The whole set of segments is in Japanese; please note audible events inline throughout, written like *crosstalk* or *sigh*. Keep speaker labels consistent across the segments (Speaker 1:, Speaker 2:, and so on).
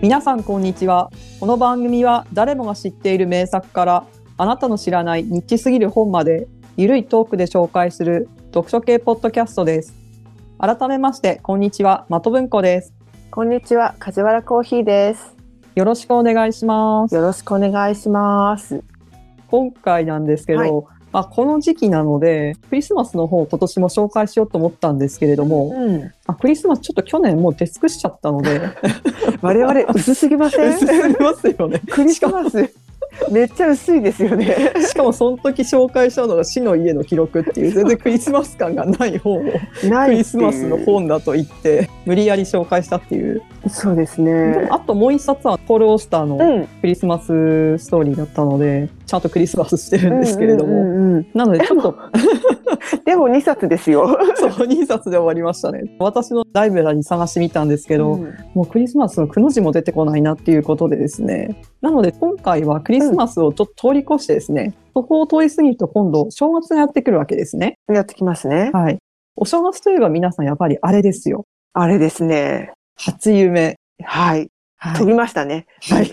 Speaker 1: 皆さんこんにちはこの番組は誰もが知っている名作からあなたの知らないニッチすぎる本までゆるいトークで紹介する読書系ポッドキャストです改めましてこんにちは的文庫です
Speaker 2: こんにちは、梶原コーヒーです。
Speaker 1: よろしくお願いします
Speaker 2: よろしくお願いします。
Speaker 1: 今回なんですけど、
Speaker 2: はい
Speaker 1: まあ、この時期なのでクリスマスの方を今年も紹介しようと思ったんですけれども、
Speaker 2: うん、
Speaker 1: あクリスマスちょっと去年もう出尽くしちゃったので
Speaker 2: 我々薄すぎません
Speaker 1: 薄。すぎますよね
Speaker 2: クリスマス。めっちゃ薄いですよね。 *laughs*
Speaker 1: しかもその時紹介したのが死の家の記録っていう全然クリスマス感がない本を
Speaker 2: な
Speaker 1: ク
Speaker 2: いっていう
Speaker 1: リスマスの。本だと言って無理やり紹介したっていう、
Speaker 2: そうです
Speaker 1: で
Speaker 2: ね
Speaker 1: も。あともう一冊はポール・オースターの
Speaker 2: ん、
Speaker 1: クリスマスストーリーだったのでちゃんとクリスマスしてるんですけれども、
Speaker 2: うんうんうんうん
Speaker 1: なのでちょっと
Speaker 2: でも二冊ですよ。 *laughs*
Speaker 1: そう2冊で終わりましたね私のライブラリに探してみたんですけど、
Speaker 2: うん
Speaker 1: もうクリスマスのくの字も出てこないなっていうことでですねなので今回はクリスマスをちょっと通り越してですね、そこを通り過ぎると今度正月がやってくるわけですね
Speaker 2: やってきますね。
Speaker 1: はいお正月といえば皆さんやっぱりあれですよ
Speaker 2: あれですね。
Speaker 1: 初夢
Speaker 2: はい。
Speaker 1: は
Speaker 2: 飛びましたね。
Speaker 1: はい。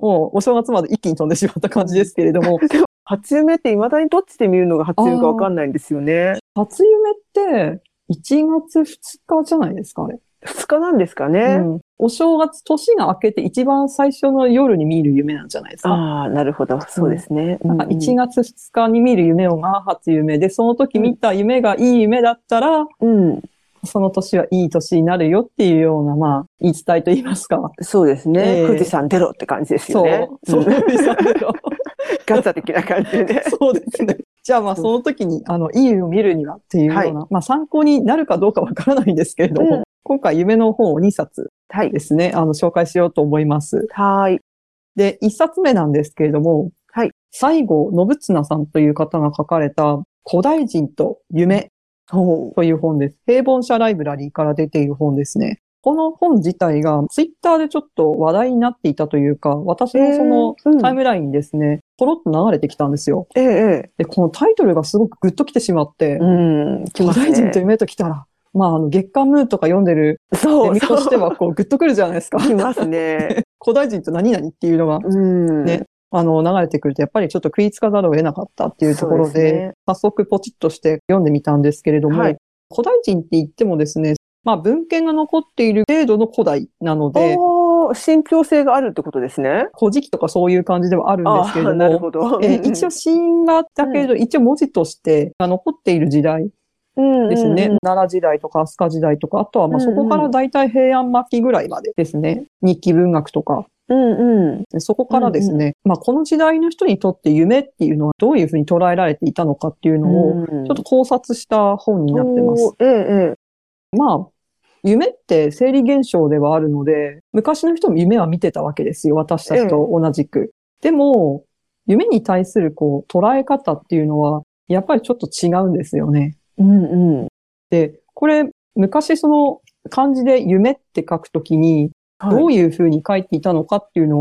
Speaker 1: もうお正月まで一気に飛んでしまった感じですけれど
Speaker 2: *laughs*
Speaker 1: も、
Speaker 2: 初夢って未だにどっちで見るのが初夢かわかんないんですよね。
Speaker 1: 初夢って1月2日じゃないですか、あれ。
Speaker 2: 二日なんですかね。
Speaker 1: うんお正月、年が明けて一番最初の夜に見る夢なんじゃないですか。
Speaker 2: ああ、なるほど。そうですね。
Speaker 1: なんか
Speaker 2: うんうん
Speaker 1: 1月2日に見る夢をが初夢で、その時見た夢がいい夢だったら、
Speaker 2: うん、
Speaker 1: その年はいい年になるよっていうような、まあ、言い伝えと言いますか。
Speaker 2: そうですね。
Speaker 1: ええ
Speaker 2: 富士山出ろって感じですよ
Speaker 1: そう
Speaker 2: ね。。
Speaker 1: そう、
Speaker 2: うん *laughs*
Speaker 1: そ
Speaker 2: ガチャ的な感じ
Speaker 1: *laughs*
Speaker 2: でね。 *laughs*
Speaker 1: うですね。じゃあまあその時に、あの、いい夢を見るにはっていうような、
Speaker 2: はい
Speaker 1: まあ参考になるかどうかわからないんですけれども、
Speaker 2: うん
Speaker 1: 今回夢の本を2冊
Speaker 2: はい
Speaker 1: で。すね、あの、紹介しようと思います。
Speaker 2: はーい。
Speaker 1: で、1冊目なんですけれども、
Speaker 2: はい
Speaker 1: 西郷信綱さんという方が書かれた、古代人と夢
Speaker 2: ほ
Speaker 1: という本です。平凡社ライブラリーから出ている本ですね。この本自体がツイッターでちょっと話題になっていたというか、私
Speaker 2: う。
Speaker 1: のその
Speaker 2: えーうん
Speaker 1: タイムラインにですね、ポロッと流れてきたんですよ。
Speaker 2: えええ
Speaker 1: で、このタイトルがすごくグッときてしまって
Speaker 2: え、うん。来
Speaker 1: 古
Speaker 2: ます
Speaker 1: 代人と
Speaker 2: ね。
Speaker 1: 夢ときたら、まあ、あの、月刊ムーとか読んでる
Speaker 2: そ
Speaker 1: 読
Speaker 2: う、
Speaker 1: みと
Speaker 2: そ
Speaker 1: し
Speaker 2: う。
Speaker 1: ては、こう、グッとくるじゃないですか。
Speaker 2: 来ます
Speaker 1: *laughs*
Speaker 2: ね。
Speaker 1: 古代人と何々っていうのが、
Speaker 2: うん。
Speaker 1: ねあの、流れてくると、やっぱりちょっと食いつかざるを得なかったっていうところ
Speaker 2: そう
Speaker 1: で、
Speaker 2: すね
Speaker 1: 早速ポチッとして読んでみたんですけれども、
Speaker 2: はい
Speaker 1: 古代人って言ってもですね、まあ、文献が残っている程度の古代なので、
Speaker 2: おー、信憑性があるってことですね。
Speaker 1: 古事記とかそういう感じではあるんですけれ
Speaker 2: あー
Speaker 1: ど
Speaker 2: なる
Speaker 1: も、
Speaker 2: ほど。
Speaker 1: えー一応、死因があったけれど、一応文字としてが残っている時代
Speaker 2: うん、
Speaker 1: ですね。
Speaker 2: うんうん
Speaker 1: 奈良時代とか飛鳥時代とか、あとはまあ
Speaker 2: うん
Speaker 1: そ
Speaker 2: うん
Speaker 1: こから大体平安末期ぐらいまでですね。日記文学とか。
Speaker 2: うんうん。
Speaker 1: そこからですね、まあこの時代の人にとって夢っていうのはどういうふうに捉えられていたのかっていうのを、
Speaker 2: ちょ
Speaker 1: ちょっと考察した本になってます。
Speaker 2: えええ
Speaker 1: まあ、夢って生理現象ではあるので、昔の人も夢は見てたわけですよ。私たちと同じく。でも、夢に対するこう捉え方っていうのは、やっぱりちょっと違うんですよね。
Speaker 2: えうんうん。
Speaker 1: で、これ、昔その漢字で夢って書くときに、ど
Speaker 2: いう
Speaker 1: いうふうに書いていたのかっていうの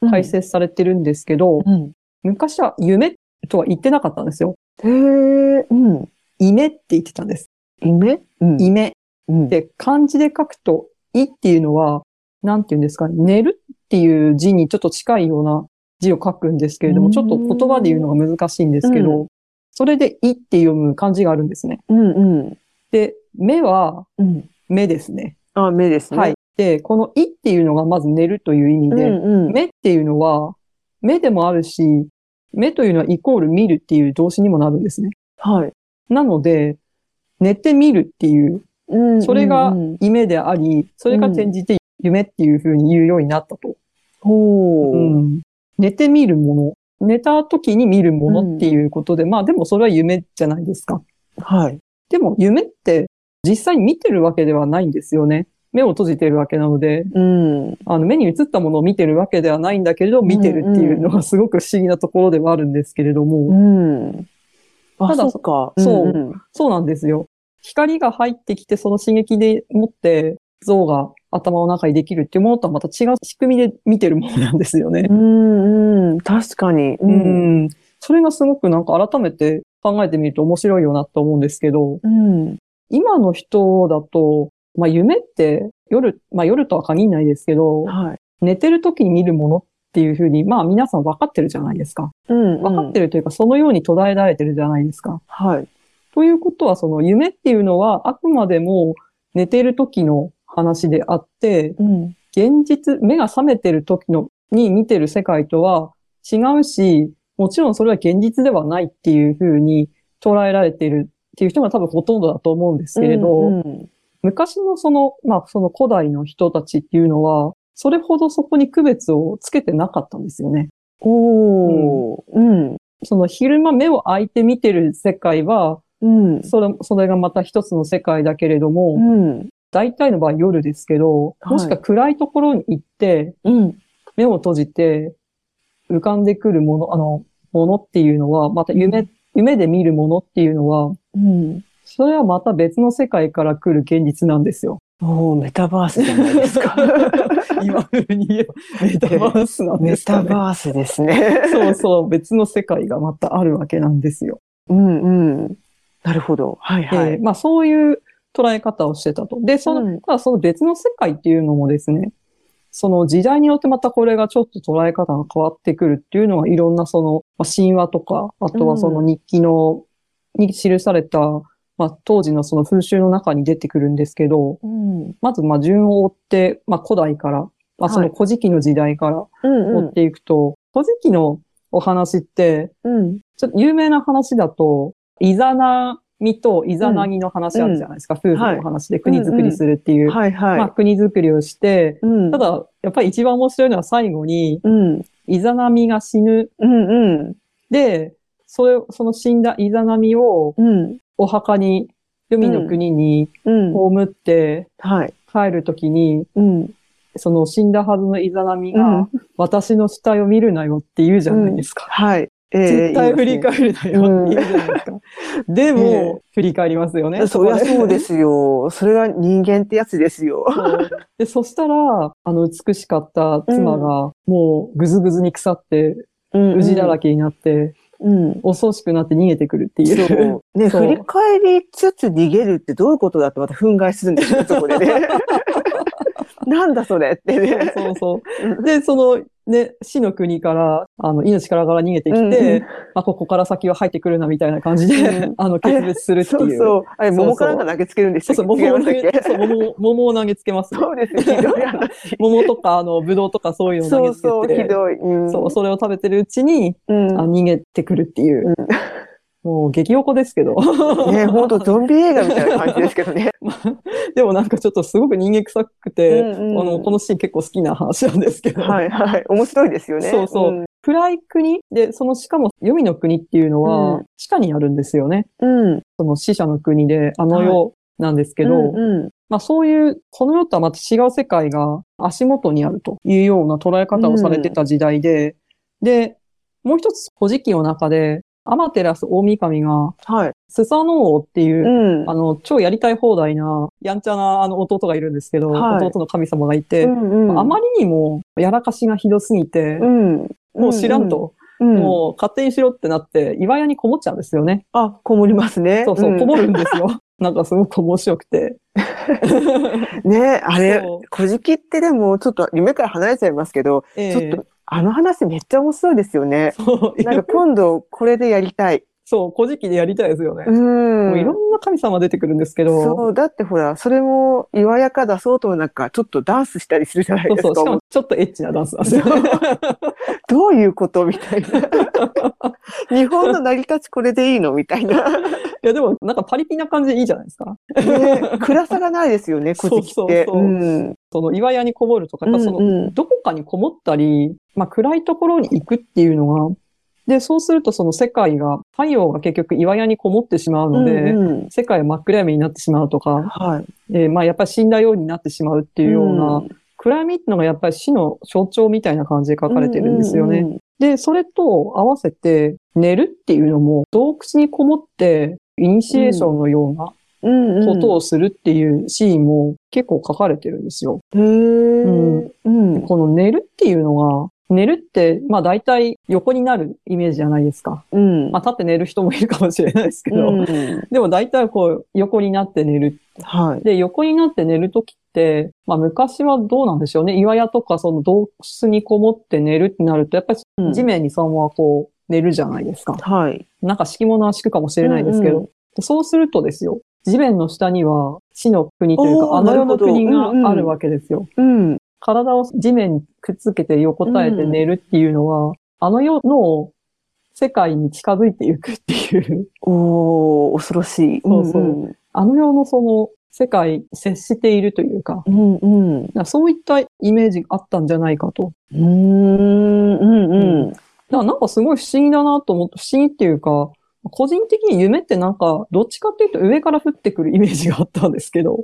Speaker 2: う
Speaker 1: が解説されてるんですけど、
Speaker 2: ん。
Speaker 1: 昔は夢とは言ってなかったんですよ。
Speaker 2: うん。へえ、うん。
Speaker 1: 夢って言ってたんです。
Speaker 2: 夢うん
Speaker 1: 夢。
Speaker 2: うん。
Speaker 1: で、漢字で書くと、いっていうのは、なんていうんですかね、寝るっていう字にちょっと近いような字を書くんですけれど
Speaker 2: う
Speaker 1: も、
Speaker 2: ん
Speaker 1: ちょっと言葉で言うのが難しいんですけ
Speaker 2: う
Speaker 1: ど、それでいって読む漢字があるんですね。
Speaker 2: うんうん。
Speaker 1: で、目は
Speaker 2: うん。
Speaker 1: 目ですね。
Speaker 2: あ、目ですね。
Speaker 1: はい。。で、この「い」っていうのがまず寝るという意味
Speaker 2: う
Speaker 1: で、
Speaker 2: んうん。
Speaker 1: 目っていうのは目でもあるし、目というのはイコール見るっていう動詞にもなるんですね。
Speaker 2: はい。
Speaker 1: なので、寝て見るっていう
Speaker 2: うん
Speaker 1: それが
Speaker 2: うんうん
Speaker 1: 夢であり、それが転じて夢っていうふうに言うようになったと。
Speaker 2: ほう、
Speaker 1: うん寝て見るもの。寝た時に見るものっていうことで、まあでもそれは夢じゃないですか。
Speaker 2: はい。
Speaker 1: でも夢って実際に見てるわけではないんですよね。目を閉じてるわけなので、
Speaker 2: うん。
Speaker 1: あの目に映ったものを見てるわけではないんだけれど、見てるっていうのがすごく不思議なところではあるんですけれども、
Speaker 2: うん。あ、
Speaker 1: ただ
Speaker 2: そっか。
Speaker 1: そうん
Speaker 2: ん
Speaker 1: そうなんですよ。光が入ってきて、その刺激でもって、像が頭の中にできるっていうものとはまた違う仕組みで見てるものなんですよね
Speaker 2: う。んうん。確かに。
Speaker 1: う
Speaker 2: うん。
Speaker 1: ん。それがすごくなんか改めて考えてみると面白いよなと思うんですけど、
Speaker 2: うん。
Speaker 1: 今の人だと、まあ夢って夜、まあ夜とは限らないですけど、
Speaker 2: はい。
Speaker 1: 寝てる時に見るものっていうふうに、まあ皆さん分かってるじゃないですか。
Speaker 2: うん、
Speaker 1: 分かって
Speaker 2: る。
Speaker 1: るというか、そのように捉えられてるじゃないですか。
Speaker 2: はい。
Speaker 1: ということは、その夢っていうのはあくまでも寝てる時の話であって、
Speaker 2: うん。
Speaker 1: 現実、目が覚めてる時のに見てる世界とは違うし、もちろんそれは現実ではないっていうふうに捉えられているっていう人が多分ほとんどだと思うんですけれど、
Speaker 2: うんうん
Speaker 1: 昔のその、まあその古代の人たちっていうのは、それほどそこに区別をつけてなかったんですよね。
Speaker 2: おー。うん。
Speaker 1: その昼間目を開いて見てる世界は、
Speaker 2: うん。
Speaker 1: それ、それがまた一つの世界だけれども、
Speaker 2: うん。
Speaker 1: 大体の場合夜ですけど、
Speaker 2: はい
Speaker 1: もしくは暗いところに行って、
Speaker 2: うん。
Speaker 1: 目を閉じて、浮かんでくるもの、あの、ものっていうのは、また夢、夢で見るものっていうのは、
Speaker 2: うん。
Speaker 1: それはまた別の世界から来る現実なんですよ。
Speaker 2: おー、メタバースじゃないで
Speaker 1: *laughs*
Speaker 2: すか。
Speaker 1: 今風に言えば、メタバースなんで
Speaker 2: メ
Speaker 1: すか
Speaker 2: タ
Speaker 1: ね。
Speaker 2: バースですね。
Speaker 1: そうそう、別の世界がまたあるわけなんですよ。
Speaker 2: うんうん。なるほど。はいはい。
Speaker 1: えーまあそういう捉え方をしてたと。で、その、
Speaker 2: うん
Speaker 1: ただその別の世界っていうのもですね、その時代によってまたこれがちょっと捉え方が変わってくるっていうのはいろんなその、まあ、神話とか、あとはその日記の、に記された、まあ当時のその風習の中に出てくるんですけど、
Speaker 2: うん。うん
Speaker 1: まずまあ順を追って、まあ古代から、まあそ
Speaker 2: は
Speaker 1: の
Speaker 2: い
Speaker 1: 古事記の時代から追
Speaker 2: う
Speaker 1: っ
Speaker 2: ん。
Speaker 1: ていくと、古事記のお話って、
Speaker 2: うん。
Speaker 1: ちょっと有名な話だと、イザナミとイザナギの話あるじゃないですか。夫婦のお話で国づくりするっていう。
Speaker 2: はいはい。
Speaker 1: まあ、国づくりをして、
Speaker 2: うん。
Speaker 1: た、だ、やっぱり一番面白いのは最後に、
Speaker 2: うん。
Speaker 1: イザナミが死ぬ。
Speaker 2: うんうん。
Speaker 1: で、それ、その死んだイザナミを
Speaker 2: うん。
Speaker 1: お墓に、海の国に
Speaker 2: うん。
Speaker 1: 葬って
Speaker 2: はい。
Speaker 1: 帰るときに、
Speaker 2: うん。
Speaker 1: その死んだはずのイザナミ
Speaker 2: う
Speaker 1: が
Speaker 2: ん、
Speaker 1: 私の死体を見るなよって言うじゃないですか。
Speaker 2: はい。えー
Speaker 1: 絶対振り
Speaker 2: 言い
Speaker 1: 返るなよって言うじゃないですか。でも、
Speaker 2: ええ
Speaker 1: 振り返りますよね。
Speaker 2: ますねそりゃ
Speaker 1: こで
Speaker 2: そうで。すよ。それが人間ってやつですよ。
Speaker 1: そうで、そしたら、あの、美しかった妻が、もう、ぐずぐずに腐って、
Speaker 2: うん
Speaker 1: うじだらけになって、
Speaker 2: うん。
Speaker 1: 恐ろしくなって逃げてくるっていう。 *laughs*
Speaker 2: そう。ね、
Speaker 1: そう
Speaker 2: 振り返りつつ逃げるってどういうことだってまた憤慨するん
Speaker 1: *laughs*
Speaker 2: ですよ、そこでね。 *laughs* なんだそれって
Speaker 1: そう
Speaker 2: ね。
Speaker 1: そうそう。で、その、ね、死の国から、あの、命からがら逃げてきて、
Speaker 2: うんうん
Speaker 1: まあ、ここから先は入ってくるな、みたいな感じで、
Speaker 2: うん
Speaker 1: あの、決別するっていう。
Speaker 2: そうそう。あれ、
Speaker 1: そうそう
Speaker 2: 桃かなんか投げつけるんでし
Speaker 1: そ
Speaker 2: た
Speaker 1: う
Speaker 2: っけ
Speaker 1: そう、桃
Speaker 2: 違い
Speaker 1: を投
Speaker 2: ました
Speaker 1: げ
Speaker 2: っけ
Speaker 1: そう桃を桃を投げつけます。
Speaker 2: そうですよ、ひどい話。
Speaker 1: 桃とか、あの、ぶどうとかそういうのを投
Speaker 2: そ
Speaker 1: げつ
Speaker 2: う
Speaker 1: けて。
Speaker 2: そう、ひどい。うん
Speaker 1: そう、それを食べてるうちに、
Speaker 2: うん
Speaker 1: あ逃げてくるっていう、
Speaker 2: うん
Speaker 1: *laughs* もう激おこですけど。 *laughs*
Speaker 2: ね、本当ゾンビ映画みたいな感じですけどね。
Speaker 1: でもなんかちょっとすごく人間臭くて、
Speaker 2: うんうん
Speaker 1: あの、このシーン結構好きな話なんですけど。
Speaker 2: はいはい。面白いですよね。
Speaker 1: *laughs* そうそう暗い国で、そのしかも、黄泉の国っていうのは、
Speaker 2: う
Speaker 1: 地下にあるんですよね。
Speaker 2: うん。うん。
Speaker 1: その死者の国で、あの世なんですけど、
Speaker 2: うんうん
Speaker 1: まあそういう、この世とはまた違う世界が足元にあるというような捉え方をされてた時代で、で、もう一つ古事記の中で、アマテラス大神が
Speaker 2: はい。
Speaker 1: スサノオっていう、
Speaker 2: うん。
Speaker 1: あの、超やりたい放題な、やんちゃなあの弟がいるんですけど、
Speaker 2: はい
Speaker 1: 弟の神様がいて、
Speaker 2: うんうん
Speaker 1: あまりにもやらかしがひどすぎて、
Speaker 2: うん。
Speaker 1: もう知らんと、
Speaker 2: うん。うん
Speaker 1: もう勝手にしろってなって、岩屋にこもっちゃうんですよね。
Speaker 2: あ、こもりますね。
Speaker 1: そうそう、
Speaker 2: ん
Speaker 1: こもるんですよ。なんかすごく面白くて。
Speaker 2: ね、あれ
Speaker 1: そう、
Speaker 2: 古事記ってでも、ちょっと夢から離れちゃいますけど、
Speaker 1: え
Speaker 2: ちょっと、あの話めっちゃ面白いですよね。
Speaker 1: そう
Speaker 2: なんか今度、これでやりたい。
Speaker 1: そう、古事記でやりたいですよね。
Speaker 2: うん。
Speaker 1: もういろんな神様出てくるんですけど、
Speaker 2: そう、だってほら、それも、岩やか出そうともなんか、ちょっとダンスしたりするじゃない
Speaker 1: そう
Speaker 2: です
Speaker 1: そ
Speaker 2: か。
Speaker 1: う、しかもちょっとエッチなダンスなんです *laughs* よね。
Speaker 2: どういうことみ
Speaker 1: *laughs*
Speaker 2: たいな。日本の成り立ちこれでいいのみたいな。ね、
Speaker 1: いや、でもなんかパリピな感じでいいじゃないですか。
Speaker 2: 暗さがないですよね、古事記って。
Speaker 1: そうそうそうその岩屋にこもるとか、やっぱその、
Speaker 2: うんうん
Speaker 1: どこかにこもったり、まあ暗いところに行くっていうのが、で、そうするとその世界が、太陽が結局岩屋にこもってしまうので、
Speaker 2: うんうん
Speaker 1: 世界は真っ暗闇になってしまうとか、
Speaker 2: はい。
Speaker 1: えーまあやっぱり死んだようになってしまうっていうような、暗闇ってのがやっぱり死の象徴みたいな感じで書かれてるんですよね。
Speaker 2: うんうん
Speaker 1: で、それと合わせて寝るっていうのも洞窟にこもってイニシエーションのような
Speaker 2: うんうん
Speaker 1: ことをするっていうシーンも結構書かれてるんですよ。
Speaker 2: へーうん。
Speaker 1: この寝るっていうのが寝るって、まあ大体横になるイメージじゃないですか。
Speaker 2: うん。
Speaker 1: まあ立って寝る人もいるかもしれないですけど、
Speaker 2: うん
Speaker 1: でも大体こう横になって寝る。
Speaker 2: はい。
Speaker 1: で、横になって寝るときって、まあ昔はどうなんでしょうね。岩屋とかその洞窟にこもって寝るってなると、やっぱり
Speaker 2: うん
Speaker 1: 地面にそのままこう寝るじゃないですか。
Speaker 2: はい。
Speaker 1: なんか敷物は敷くかもしれないですけど、
Speaker 2: うんう
Speaker 1: そうするとですよ、地面の下には地の国という
Speaker 2: おー
Speaker 1: か、あの世の国
Speaker 2: なるほどうんうん
Speaker 1: があるわけですよ。
Speaker 2: うん。
Speaker 1: 体を地面にくっつけて横たえて寝るっていうのは、あの世の世界に近づいていくっていう、
Speaker 2: おお恐ろしい。
Speaker 1: そうそうん
Speaker 2: ん
Speaker 1: あの世のその世界に接しているというか、
Speaker 2: うんうん。う
Speaker 1: なんかそういったイメージがあったんじゃないかと。
Speaker 2: ーん。うんうん。
Speaker 1: だからなんかすごい不思議だなと思って、不思議っていうか、個人的に夢ってなんか、どっちかっていうと上から降ってくるイメージがあったんですけど、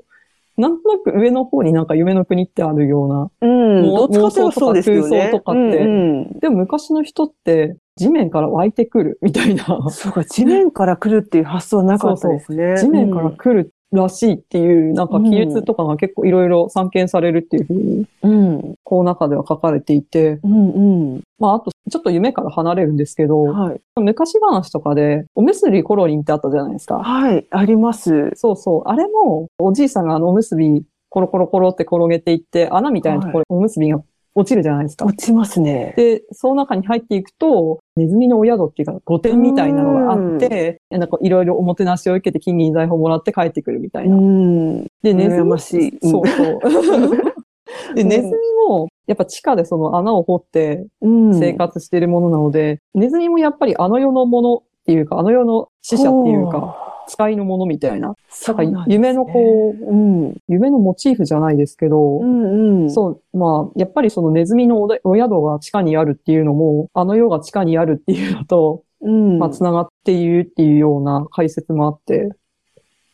Speaker 1: なんとなく上の方になんか夢の国ってあるような。
Speaker 2: うん。
Speaker 1: も
Speaker 2: ど
Speaker 1: う
Speaker 2: っちかっていうとそうですよね。
Speaker 1: 妄想とか空想とかって
Speaker 2: うんうん
Speaker 1: でも昔の人って地面から湧いてくるみたいな、
Speaker 2: そうか、地面から来るっていう発想はなかったですね。
Speaker 1: 地面から来るらしいっていう、なんか記述とかが結構いろいろ散見されるっていうふうに、
Speaker 2: うん。うん。
Speaker 1: こう中では書かれていて、
Speaker 2: うんうん。
Speaker 1: まああとちょっと夢から離れるんですけど、
Speaker 2: はい。
Speaker 1: 昔話とかで、おむすびコロリンってあったじゃないですか。
Speaker 2: はい、あります。
Speaker 1: そうそう。あれも、おじいさんがあのおむすび、コロコロコロって転げていって、穴みたいなところにおむすびが落ちるじゃないですか。
Speaker 2: 落ちますね。
Speaker 1: で、その中に入っていくと、ネズミのお宿っていうか、御殿みたいなのがあって、なんかいろいろおもてなしを受けて金銀財宝もらって帰ってくるみたいうな。
Speaker 2: ん。
Speaker 1: で、ネズ
Speaker 2: 羨
Speaker 1: ミ
Speaker 2: ましい。
Speaker 1: そう
Speaker 2: *laughs*
Speaker 1: そう。で、
Speaker 2: うん
Speaker 1: ネズミも、やっぱ地下でその穴を掘って
Speaker 2: うん。
Speaker 1: 生活しているものなので、ネズミもやっぱりあの世のものっていうか、あの世の死者っていうか、
Speaker 2: か。
Speaker 1: 使いのものみたいな。
Speaker 2: そう
Speaker 1: なん
Speaker 2: なん
Speaker 1: か
Speaker 2: ですね
Speaker 1: 夢のこう、
Speaker 2: うん。
Speaker 1: 夢のモチーフじゃないですけど
Speaker 2: う、んうん。
Speaker 1: そう、まあ、やっぱりそのネズミのおでお宿が地下にあるっていうのも、あの世が地下にあるっていうのと、
Speaker 2: うん。
Speaker 1: まあ、繋がっているっていうような解説もあって、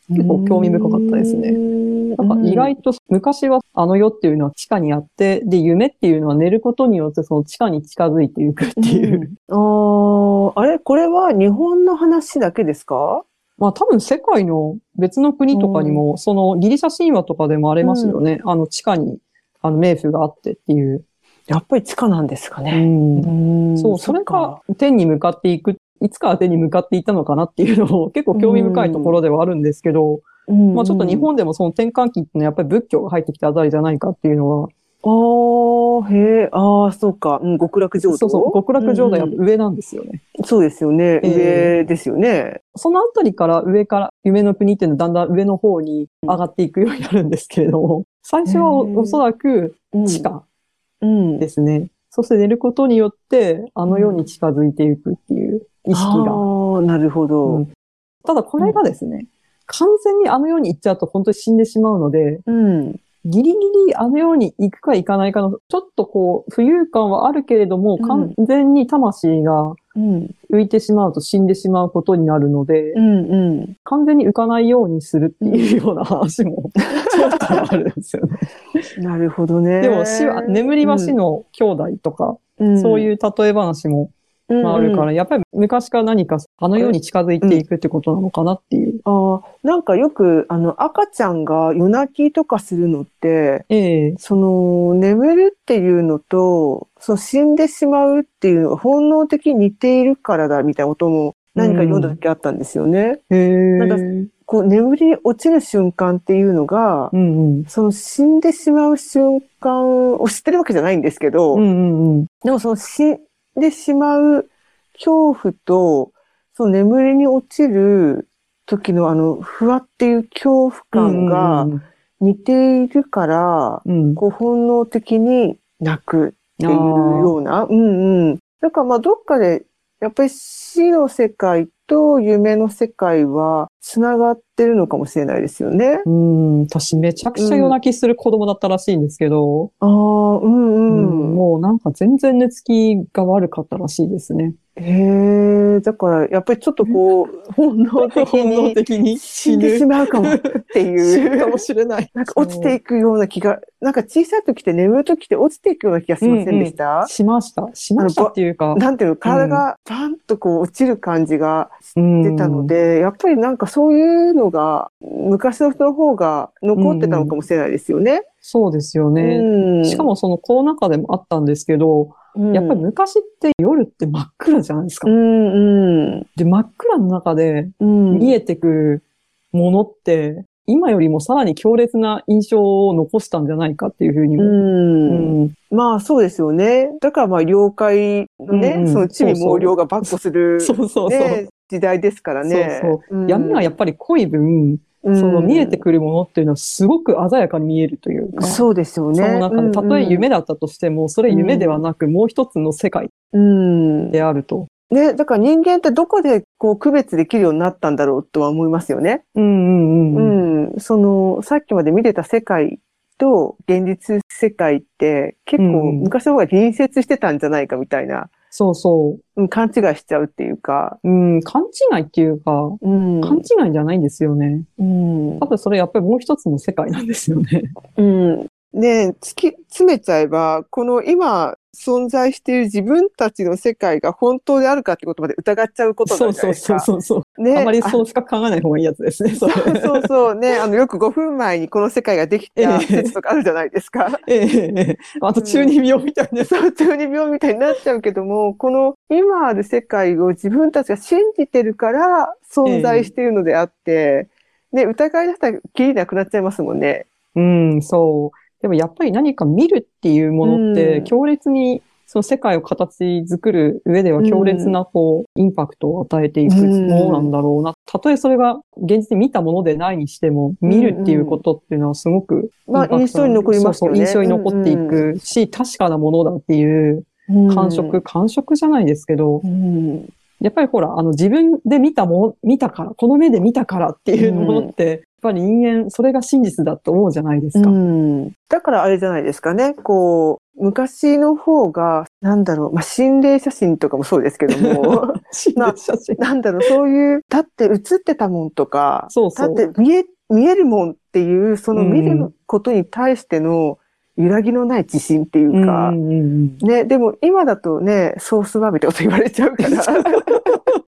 Speaker 1: 結構興味深かったですね
Speaker 2: ね
Speaker 1: なんか意外と昔はあの世っていうのは地下にあって、で、夢っていうのは寝ることによってその地下に近づいていくっていう。
Speaker 2: ああ、あれこれは日本の話だけですか
Speaker 1: まあ多分世界の別の国とかにも、そのギリシャ神話とかでもありますよね。あの地下に、あの冥府があってっていう。
Speaker 2: やっぱり地下なんですか
Speaker 1: う
Speaker 2: ね。
Speaker 1: ん
Speaker 2: ん
Speaker 1: そう、それが。天に向かっていく、いつかは天に向かっていったのかなっていうのも結構興味深いところではあるんですけど、ま
Speaker 2: ま
Speaker 1: あちょっと日本でもその転換期っていうのはやっぱり仏教が入ってきたあたりじゃないかっていうのは、
Speaker 2: ああ、へえ、ああ、そうか。うん、極楽浄土。
Speaker 1: そうそう、極楽浄土はやっ
Speaker 2: う
Speaker 1: ぱ
Speaker 2: ん
Speaker 1: 上なんですよね。
Speaker 2: そうですよ
Speaker 1: え
Speaker 2: ね。
Speaker 1: ー
Speaker 2: 上ですよね。
Speaker 1: そのあたりから上から、夢の国っていうのはだんだん上の方に上がっていくようになるんですけれども、最初は
Speaker 2: へ
Speaker 1: お
Speaker 2: ー
Speaker 1: おそらく地
Speaker 2: うん。
Speaker 1: 下
Speaker 2: うん。
Speaker 1: ですね。そして寝ることによって、あの世に近づいていくっていう意識が。
Speaker 2: ああ、なるほ
Speaker 1: う
Speaker 2: ど。
Speaker 1: んただこれがですね、完全にあの世に行っちゃうと本当に死んでしまうので、
Speaker 2: うん。
Speaker 1: ギリギリあの世に行くか行かないかの、ちょっとこう、浮遊感はあるけれども、
Speaker 2: うん
Speaker 1: 完全に魂が
Speaker 2: うん。
Speaker 1: 浮いてしまうと死んでしまうことになるので、
Speaker 2: うん。うん。
Speaker 1: 完全に浮かないようにするっていうような話
Speaker 2: *laughs*
Speaker 1: もちょっとあるんですよね。
Speaker 2: なるほどね。
Speaker 1: でも死は、眠りは死の兄弟とか、
Speaker 2: うん、
Speaker 1: そう
Speaker 2: う
Speaker 1: いう例え話も
Speaker 2: ん、
Speaker 1: まああるから、
Speaker 2: うん。
Speaker 1: やっぱり昔から何かあの世に近づいていくってことなのかなっていう。
Speaker 2: ああ、なんかよく、あの、赤ちゃんが夜泣きとかするのって、
Speaker 1: ええ
Speaker 2: その、眠るっていうのと、その死んでしまうっていうのが本能的に似ているからだみたいなことも何か読んだ時あったんですよね。
Speaker 1: へえ
Speaker 2: なんかこう、眠りに落ちる瞬間っていうのが、
Speaker 1: うんうん。
Speaker 2: その死んでしまう瞬間を知ってるわけじゃないんですけど、
Speaker 1: うんうんうん。
Speaker 2: でもその死んでしまう恐怖と、その眠りに落ちる時のあの、ふわっていう恐怖感が似ているから、
Speaker 1: うんうんうん、
Speaker 2: こう本能的に泣くっていう
Speaker 1: ああ
Speaker 2: ような、うんうん。だからまあどっかで、やっぱり死の世界と夢の世界は繋がってるのかもしれないですよね。
Speaker 1: うん、私めちゃくちゃ夜泣きする子供だったらしいんですけど、
Speaker 2: ああ、うん
Speaker 1: うん
Speaker 2: うん。
Speaker 1: もうなんか全然寝つきが悪かったらしいですね。
Speaker 2: へえ、だからやっぱりちょっとこう、 *laughs* 本能的
Speaker 1: 本能
Speaker 2: に
Speaker 1: 的に
Speaker 2: 死んでしまうかもって
Speaker 1: 死
Speaker 2: い
Speaker 1: ぬか
Speaker 2: う
Speaker 1: も。しれない。
Speaker 2: なんか落ちていくような気が、なんか小さい時って眠る時って落ちていくような気がしませんでした、
Speaker 1: しました。しましたっていうか、
Speaker 2: なんていうの、体がバンとこう落ちる感じが
Speaker 1: 出
Speaker 2: 出たの、で、やっぱりなんかそういうのが昔の人の方が残ってたのかもしれないですよね。
Speaker 1: そうですよね。
Speaker 2: うん
Speaker 1: しか、もそのコロナ禍でもあったんですけど、
Speaker 2: うん
Speaker 1: やっぱり、昔って夜って真っ暗じゃないですか。
Speaker 2: うんうん
Speaker 1: で、真っ暗の中で
Speaker 2: うん、
Speaker 1: 見えてくるものって、今よりもさらに強烈な印象を残したんじゃないかっていうふうに
Speaker 2: う
Speaker 1: も。うんん
Speaker 2: まあそうですよね。だからまあ領海のね、
Speaker 1: うんうん
Speaker 2: その地味猛量がバッコする、
Speaker 1: そうそうそう。
Speaker 2: ね、時代ですからね。
Speaker 1: そう
Speaker 2: うん
Speaker 1: 闇はやっぱり濃い分、
Speaker 2: うん
Speaker 1: その見えてくるものっていうのはすごく鮮やかに見えるというか。
Speaker 2: そうですよ
Speaker 1: そ
Speaker 2: ね。
Speaker 1: の中で、たとえ夢
Speaker 2: だ、
Speaker 1: だったとしても、それ夢ではなく、もう一つの世界
Speaker 2: うん
Speaker 1: であると。
Speaker 2: ね、だから人間ってどこでこう区別できるようになったんだろうとは思いますよね。
Speaker 1: うん
Speaker 2: う
Speaker 1: うんうん。
Speaker 2: ん。その、さっきまで見てた世界と現実世界って結
Speaker 1: うんう
Speaker 2: 構
Speaker 1: ん
Speaker 2: 昔の方が隣接してたんじゃないかみたいな、
Speaker 1: そうそ
Speaker 2: うん、勘違いしちゃうっていうか。
Speaker 1: う。うん、勘違いっていうか、
Speaker 2: うん。
Speaker 1: 勘違いじゃないんですよね。
Speaker 2: うん
Speaker 1: 多分それやっぱりもう一つの世界なんですよね。
Speaker 2: うん。ね突き詰めちゃえば、この今存在している自分たちの世界が本当であるかってことまで疑っちゃうこと
Speaker 1: そ
Speaker 2: な
Speaker 1: うん
Speaker 2: じゃな
Speaker 1: そう
Speaker 2: いですか。
Speaker 1: そうそうそう。
Speaker 2: う。ね。。
Speaker 1: あまりそううしか考えない方がいいやつですね。それ
Speaker 2: そうそうそうね。あの、よく5分前にこの世界ができた
Speaker 1: ええ
Speaker 2: 説とかあるじゃないですか。
Speaker 1: ええええええあと中二病みたいな。
Speaker 2: *laughs* そう、中二病みたいになっちゃうけども、この今ある世界を自分たちが信じてるから存在しているのであって、ね、疑いだしたらきりなくなっちゃいますもんね。
Speaker 1: うん、そう。でもやっぱり何か見るっていうものって、
Speaker 2: うん
Speaker 1: 強烈に、その世界を形作る上では強烈な、こう、インパクトを与えていくものなんだろうな。たとえそれが現実に見たものでないにしても、見るっていうことっていうのはすごくイン
Speaker 2: ま
Speaker 1: パ
Speaker 2: あ
Speaker 1: クトな、
Speaker 2: 印象に残りますよね
Speaker 1: そうそう印象に残っていくし、確かなものだっていう感触、感触じゃないですけど、
Speaker 2: うん。
Speaker 1: やっぱりほら、あの自分で見たもの、見たから、この目で見たからっていうものって、やっぱり人間、それが真実だと思うじゃないですか。
Speaker 2: うん、だからあれじゃないですかね。こう、昔の方が、なんだろう、まあ、心霊写真とかもそうですけど *laughs* も、
Speaker 1: 心霊写 *laughs* 真。
Speaker 2: なんだろう、そういう、立って写ってたもんとか、
Speaker 1: そうそう
Speaker 2: 立って見え、見えるもんっていう、その見
Speaker 1: うんうん
Speaker 2: ることに対しての揺らぎのない自信っていうか、
Speaker 1: うんうんうん
Speaker 2: ね、でも今だとね、ソースバーみたいなこと言われちゃうから。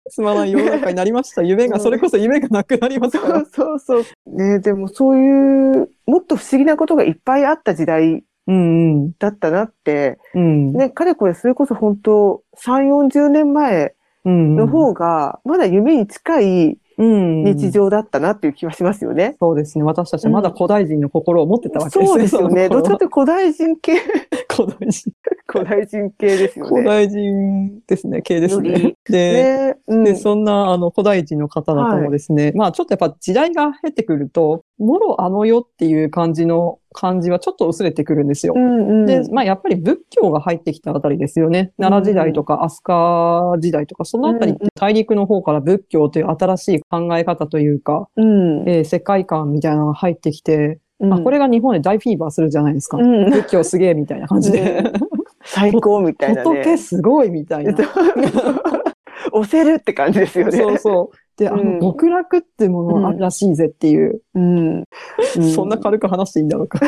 Speaker 1: すまない世の中になりま
Speaker 2: *laughs*
Speaker 1: した。夢が、
Speaker 2: うん
Speaker 1: それこそ夢がなくなりますか
Speaker 2: *laughs* そ
Speaker 1: ら。
Speaker 2: うそうそう。ね、でもそういう、もっと不思議なことがいっぱいあった時代
Speaker 1: うんうん。
Speaker 2: だったなって、
Speaker 1: うん。
Speaker 2: ね、かれこれそれこそ本当、3、40年前
Speaker 1: うん。
Speaker 2: の方が、まだ夢に近い
Speaker 1: うん、
Speaker 2: 日常だったなっていう気はしますよね。
Speaker 1: そうですね。私たちはまだ古代人の心を持ってたわけです
Speaker 2: そうですよね。どっちか
Speaker 1: *laughs* と
Speaker 2: というと古代人系、
Speaker 1: 古代人。
Speaker 2: 古代人系ですよ
Speaker 1: 古
Speaker 2: ね。
Speaker 1: 代人ですね。系です
Speaker 2: よ
Speaker 1: ね
Speaker 2: り。
Speaker 1: で、
Speaker 2: ね、うん
Speaker 1: で、そんな、あの、古代人の方だともですね、まあ、ちょっとやっぱ時代が経ってくると、もろあの世っていう感じの、感じはちょっと薄れてくるんですよ。
Speaker 2: うんうん。
Speaker 1: で、まあやっぱり仏教が入ってきたあたりですよね。奈良時代とか飛鳥時代とか、そのあたりっ
Speaker 2: うん
Speaker 1: て大陸の方から仏教という新しい考え方というか、
Speaker 2: うん、
Speaker 1: えー世界観みたいなのが入ってきて、
Speaker 2: うん
Speaker 1: あこれが日本で大フィーバーするじゃないですか。
Speaker 2: うん
Speaker 1: 仏教すげえみたいな感じで。
Speaker 2: 最高みたいな
Speaker 1: 仏
Speaker 2: ね。
Speaker 1: すごいみたいな。
Speaker 2: *laughs* 押せるって感じですよね。
Speaker 1: そうそう。で、あ
Speaker 2: うん
Speaker 1: の、極楽ってものがあるらしいぜっていう、
Speaker 2: うん。
Speaker 1: そんな軽く話していいんだろうか。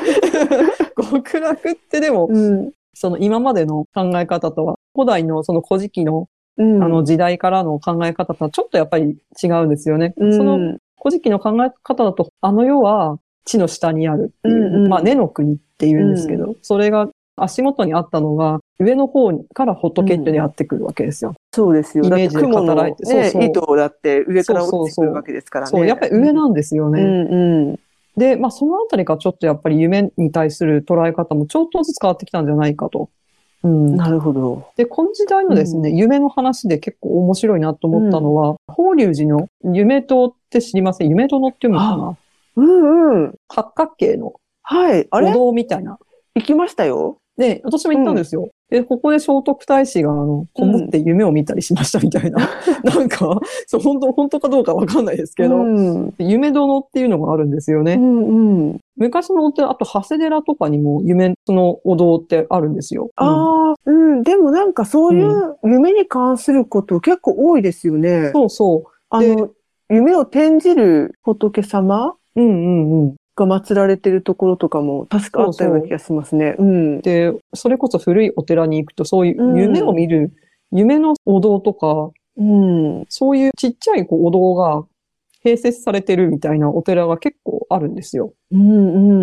Speaker 1: 極楽ってでも、
Speaker 2: うん。
Speaker 1: その今までの考え方とは、古代のその古事記の
Speaker 2: うん。
Speaker 1: あの、時代からの考え方とはちょっとやっぱり違うんですよね。
Speaker 2: うん、
Speaker 1: その古事記の考え方だと、あの世は地の下にあるっていう、
Speaker 2: うんうん
Speaker 1: まあ根の国っていうんですけど、それが足元にあったのが、上の方から仏ってやってくるわけですよ。
Speaker 2: そうですよ。
Speaker 1: イ
Speaker 2: だっ
Speaker 1: メー
Speaker 2: て
Speaker 1: ジで
Speaker 2: 雲の、
Speaker 1: 働
Speaker 2: ね
Speaker 1: いてそうそう
Speaker 2: 糸だって上から落ちてく
Speaker 1: そうそうそう
Speaker 2: るわけですからね。
Speaker 1: そう、やっぱり上なんですよね。
Speaker 2: うんうん。
Speaker 1: で、まあそのあたりがちょっとやっぱり夢に対する捉え方もちょっとずつ変わってきたんじゃないかと。うん、
Speaker 2: なるほど。
Speaker 1: で、この時代のですね、
Speaker 2: う
Speaker 1: 夢の話で結構面白いなと思ったのは、法隆寺の夢塔って知りません夢殿っていうのかな
Speaker 2: うんうん。
Speaker 1: 八角形の
Speaker 2: はい。あ
Speaker 1: お
Speaker 2: れ
Speaker 1: 堂みたいな。
Speaker 2: 行きましたよ。
Speaker 1: で、私も行ったんですよ。で、ここで聖徳太子が、あの、こもって夢を見たりしましたみたい
Speaker 2: *laughs*
Speaker 1: な。なんか、そう、本当本当かどうかわかんないですけど、
Speaker 2: うん。
Speaker 1: 夢殿っていうのがあるんですよ
Speaker 2: う
Speaker 1: ね。
Speaker 2: んうん。
Speaker 1: 昔のお寺、あと、長谷寺とかにも夢のお堂ってあるんですよ。うん
Speaker 2: ああ、うん。でもなんかそういう夢に関すること結構多いですよね。
Speaker 1: そうそ
Speaker 2: あの、夢を転じる仏様
Speaker 1: う。うんうんうん。
Speaker 2: が祀られてるところとかも確かあったような気がしますね。うん。
Speaker 1: で、それこそ古いお寺に行くと、そういう夢を見る、夢のお堂とか、
Speaker 2: うん。
Speaker 1: そういうちっちゃいこうお堂が併設されてるみたいなお寺が結構あるんですよ。
Speaker 2: うんう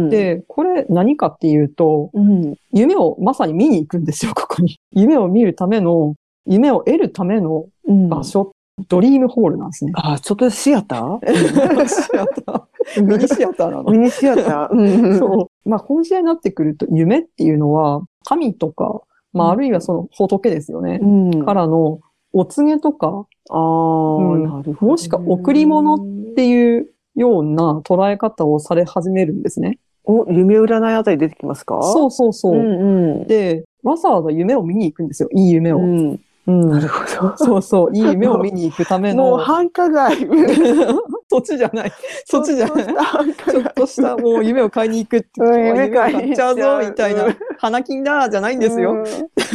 Speaker 2: ん。、
Speaker 1: で、これ何かっていうと、
Speaker 2: うん。
Speaker 1: 夢をまさに見に行くんですよ、ここに。 *laughs* 夢を見るための、夢を得るための
Speaker 2: うん、。
Speaker 1: 場所、ドリームホールなんですね
Speaker 2: *laughs* あ、ちょっとシアター
Speaker 1: シアター。ミニシアターなの
Speaker 2: ミ。ニシア
Speaker 1: *laughs*
Speaker 2: ターうんうん。
Speaker 1: そう。まあ、この時代になってくると、夢っていうのは、神とか、まあ、あるいはその仏ですよね。
Speaker 2: うん。
Speaker 1: か
Speaker 2: あ
Speaker 1: らのお告げとか
Speaker 2: あー、
Speaker 1: うん
Speaker 2: なるほど。
Speaker 1: もしくは贈り物っていうような捉え方をされ始めるんですね。
Speaker 2: お、夢占いあたり出てきますか
Speaker 1: そうそうそう。
Speaker 2: んうん。
Speaker 1: で、わざわざ夢を見に行くんですよ。いい夢を。
Speaker 2: うん、
Speaker 1: うん
Speaker 2: なるほど。
Speaker 1: そうそう。いい夢を見に行くため
Speaker 2: *laughs* も
Speaker 1: の。
Speaker 2: う繁華街。
Speaker 1: そっちじゃ
Speaker 2: *laughs*
Speaker 1: ない。そっちじゃ *laughs* ない。ちょっとしたもう夢を買いに行くって。
Speaker 2: うん
Speaker 1: 夢
Speaker 2: 夢買い
Speaker 1: 買っ
Speaker 2: に行っ
Speaker 1: ち
Speaker 2: ち
Speaker 1: ゃ
Speaker 2: ゃ
Speaker 1: う
Speaker 2: う
Speaker 1: ぞ、みたいな
Speaker 2: うん。
Speaker 1: 花金だ、じゃないんですよ。
Speaker 2: うん。
Speaker 1: *laughs*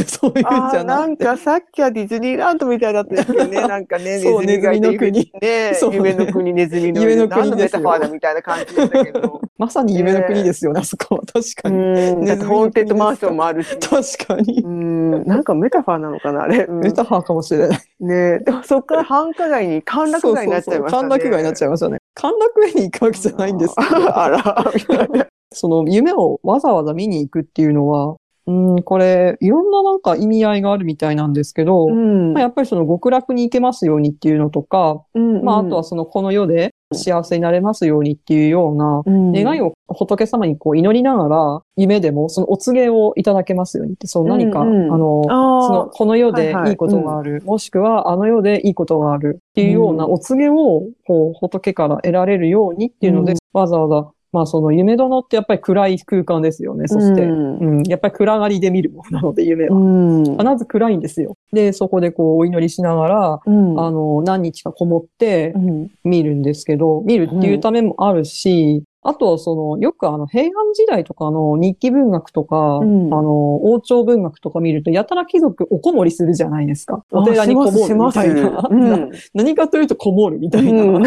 Speaker 1: そういうんじ
Speaker 2: あ
Speaker 1: ゃ
Speaker 2: ーな
Speaker 1: なく
Speaker 2: ん
Speaker 1: て。
Speaker 2: かさっきはディズニーランドみたいだったんですけど
Speaker 1: *laughs*
Speaker 2: ね、なんかね、
Speaker 1: そう
Speaker 2: ネズミがいて
Speaker 1: ネズミの国
Speaker 2: ね
Speaker 1: そうね
Speaker 2: 夢の国、ネズミの
Speaker 1: 夢の国
Speaker 2: 何の
Speaker 1: で
Speaker 2: メ
Speaker 1: すよ
Speaker 2: タファーだみたいな感じだった
Speaker 1: *laughs*
Speaker 2: けど。
Speaker 1: まさに夢の国ですよね、あそこは。確か
Speaker 2: う
Speaker 1: に。
Speaker 2: ん、だってホーンテッドマンションもあるし。
Speaker 1: 確かに
Speaker 2: う。ん、なんかメタファーなのかな、あれ。うん
Speaker 1: メタファーかもしれない。
Speaker 2: ねでもそこから繁華街に、歓楽街になっちゃいまし
Speaker 1: そうそ
Speaker 2: たね。
Speaker 1: うそう歓楽街になっちゃいましたね。歓楽街に行くわけじゃないんですけど。
Speaker 2: *laughs* あら、みたいな。
Speaker 1: *laughs* その夢をわざわざ見に行くっていうのは、うん、これ、いろんななんか意味合いがあるみたいなんですけど、
Speaker 2: ん
Speaker 1: まあ、やっぱりその極楽に行けますようにっていうのとか、まあ、あとはそのこの世で幸せになれますようにっていうような、願い
Speaker 2: を
Speaker 1: を仏様にこう祈りながら、夢でもそのお告げをいただけますようにって、その何か、
Speaker 2: うんうん
Speaker 1: あの、その、この世で
Speaker 2: はいはい
Speaker 1: いいことがある、もしくはあの世でいいことがあるっていうような
Speaker 2: うん
Speaker 1: お告げを、こう、仏から得られるようにっていうので、
Speaker 2: うん
Speaker 1: わざわざ、まあその夢殿ってやっぱり暗い空間ですよね、そして。うん
Speaker 2: う
Speaker 1: やっぱり暗がりで見るものなので、夢は。
Speaker 2: ん。うん。
Speaker 1: 必ず暗いんですよ。で、そこでこう、お祈りしながら、
Speaker 2: うん
Speaker 1: あの、何日かこもって
Speaker 2: うん
Speaker 1: 見るんですけど、見るっていうためもあるし、あとはその、よくあの、平安時代とかの日記文学とか、
Speaker 2: うん
Speaker 1: あの、王朝文学とか見ると、やたら貴族おこもりするじゃないですか。お
Speaker 2: あ
Speaker 1: 寺にこも
Speaker 2: し
Speaker 1: る
Speaker 2: ま
Speaker 1: み
Speaker 2: す
Speaker 1: たい
Speaker 2: し
Speaker 1: な
Speaker 2: ます。
Speaker 1: *laughs*
Speaker 2: う
Speaker 1: な何かというとこもるみたい *laughs* な。
Speaker 2: うん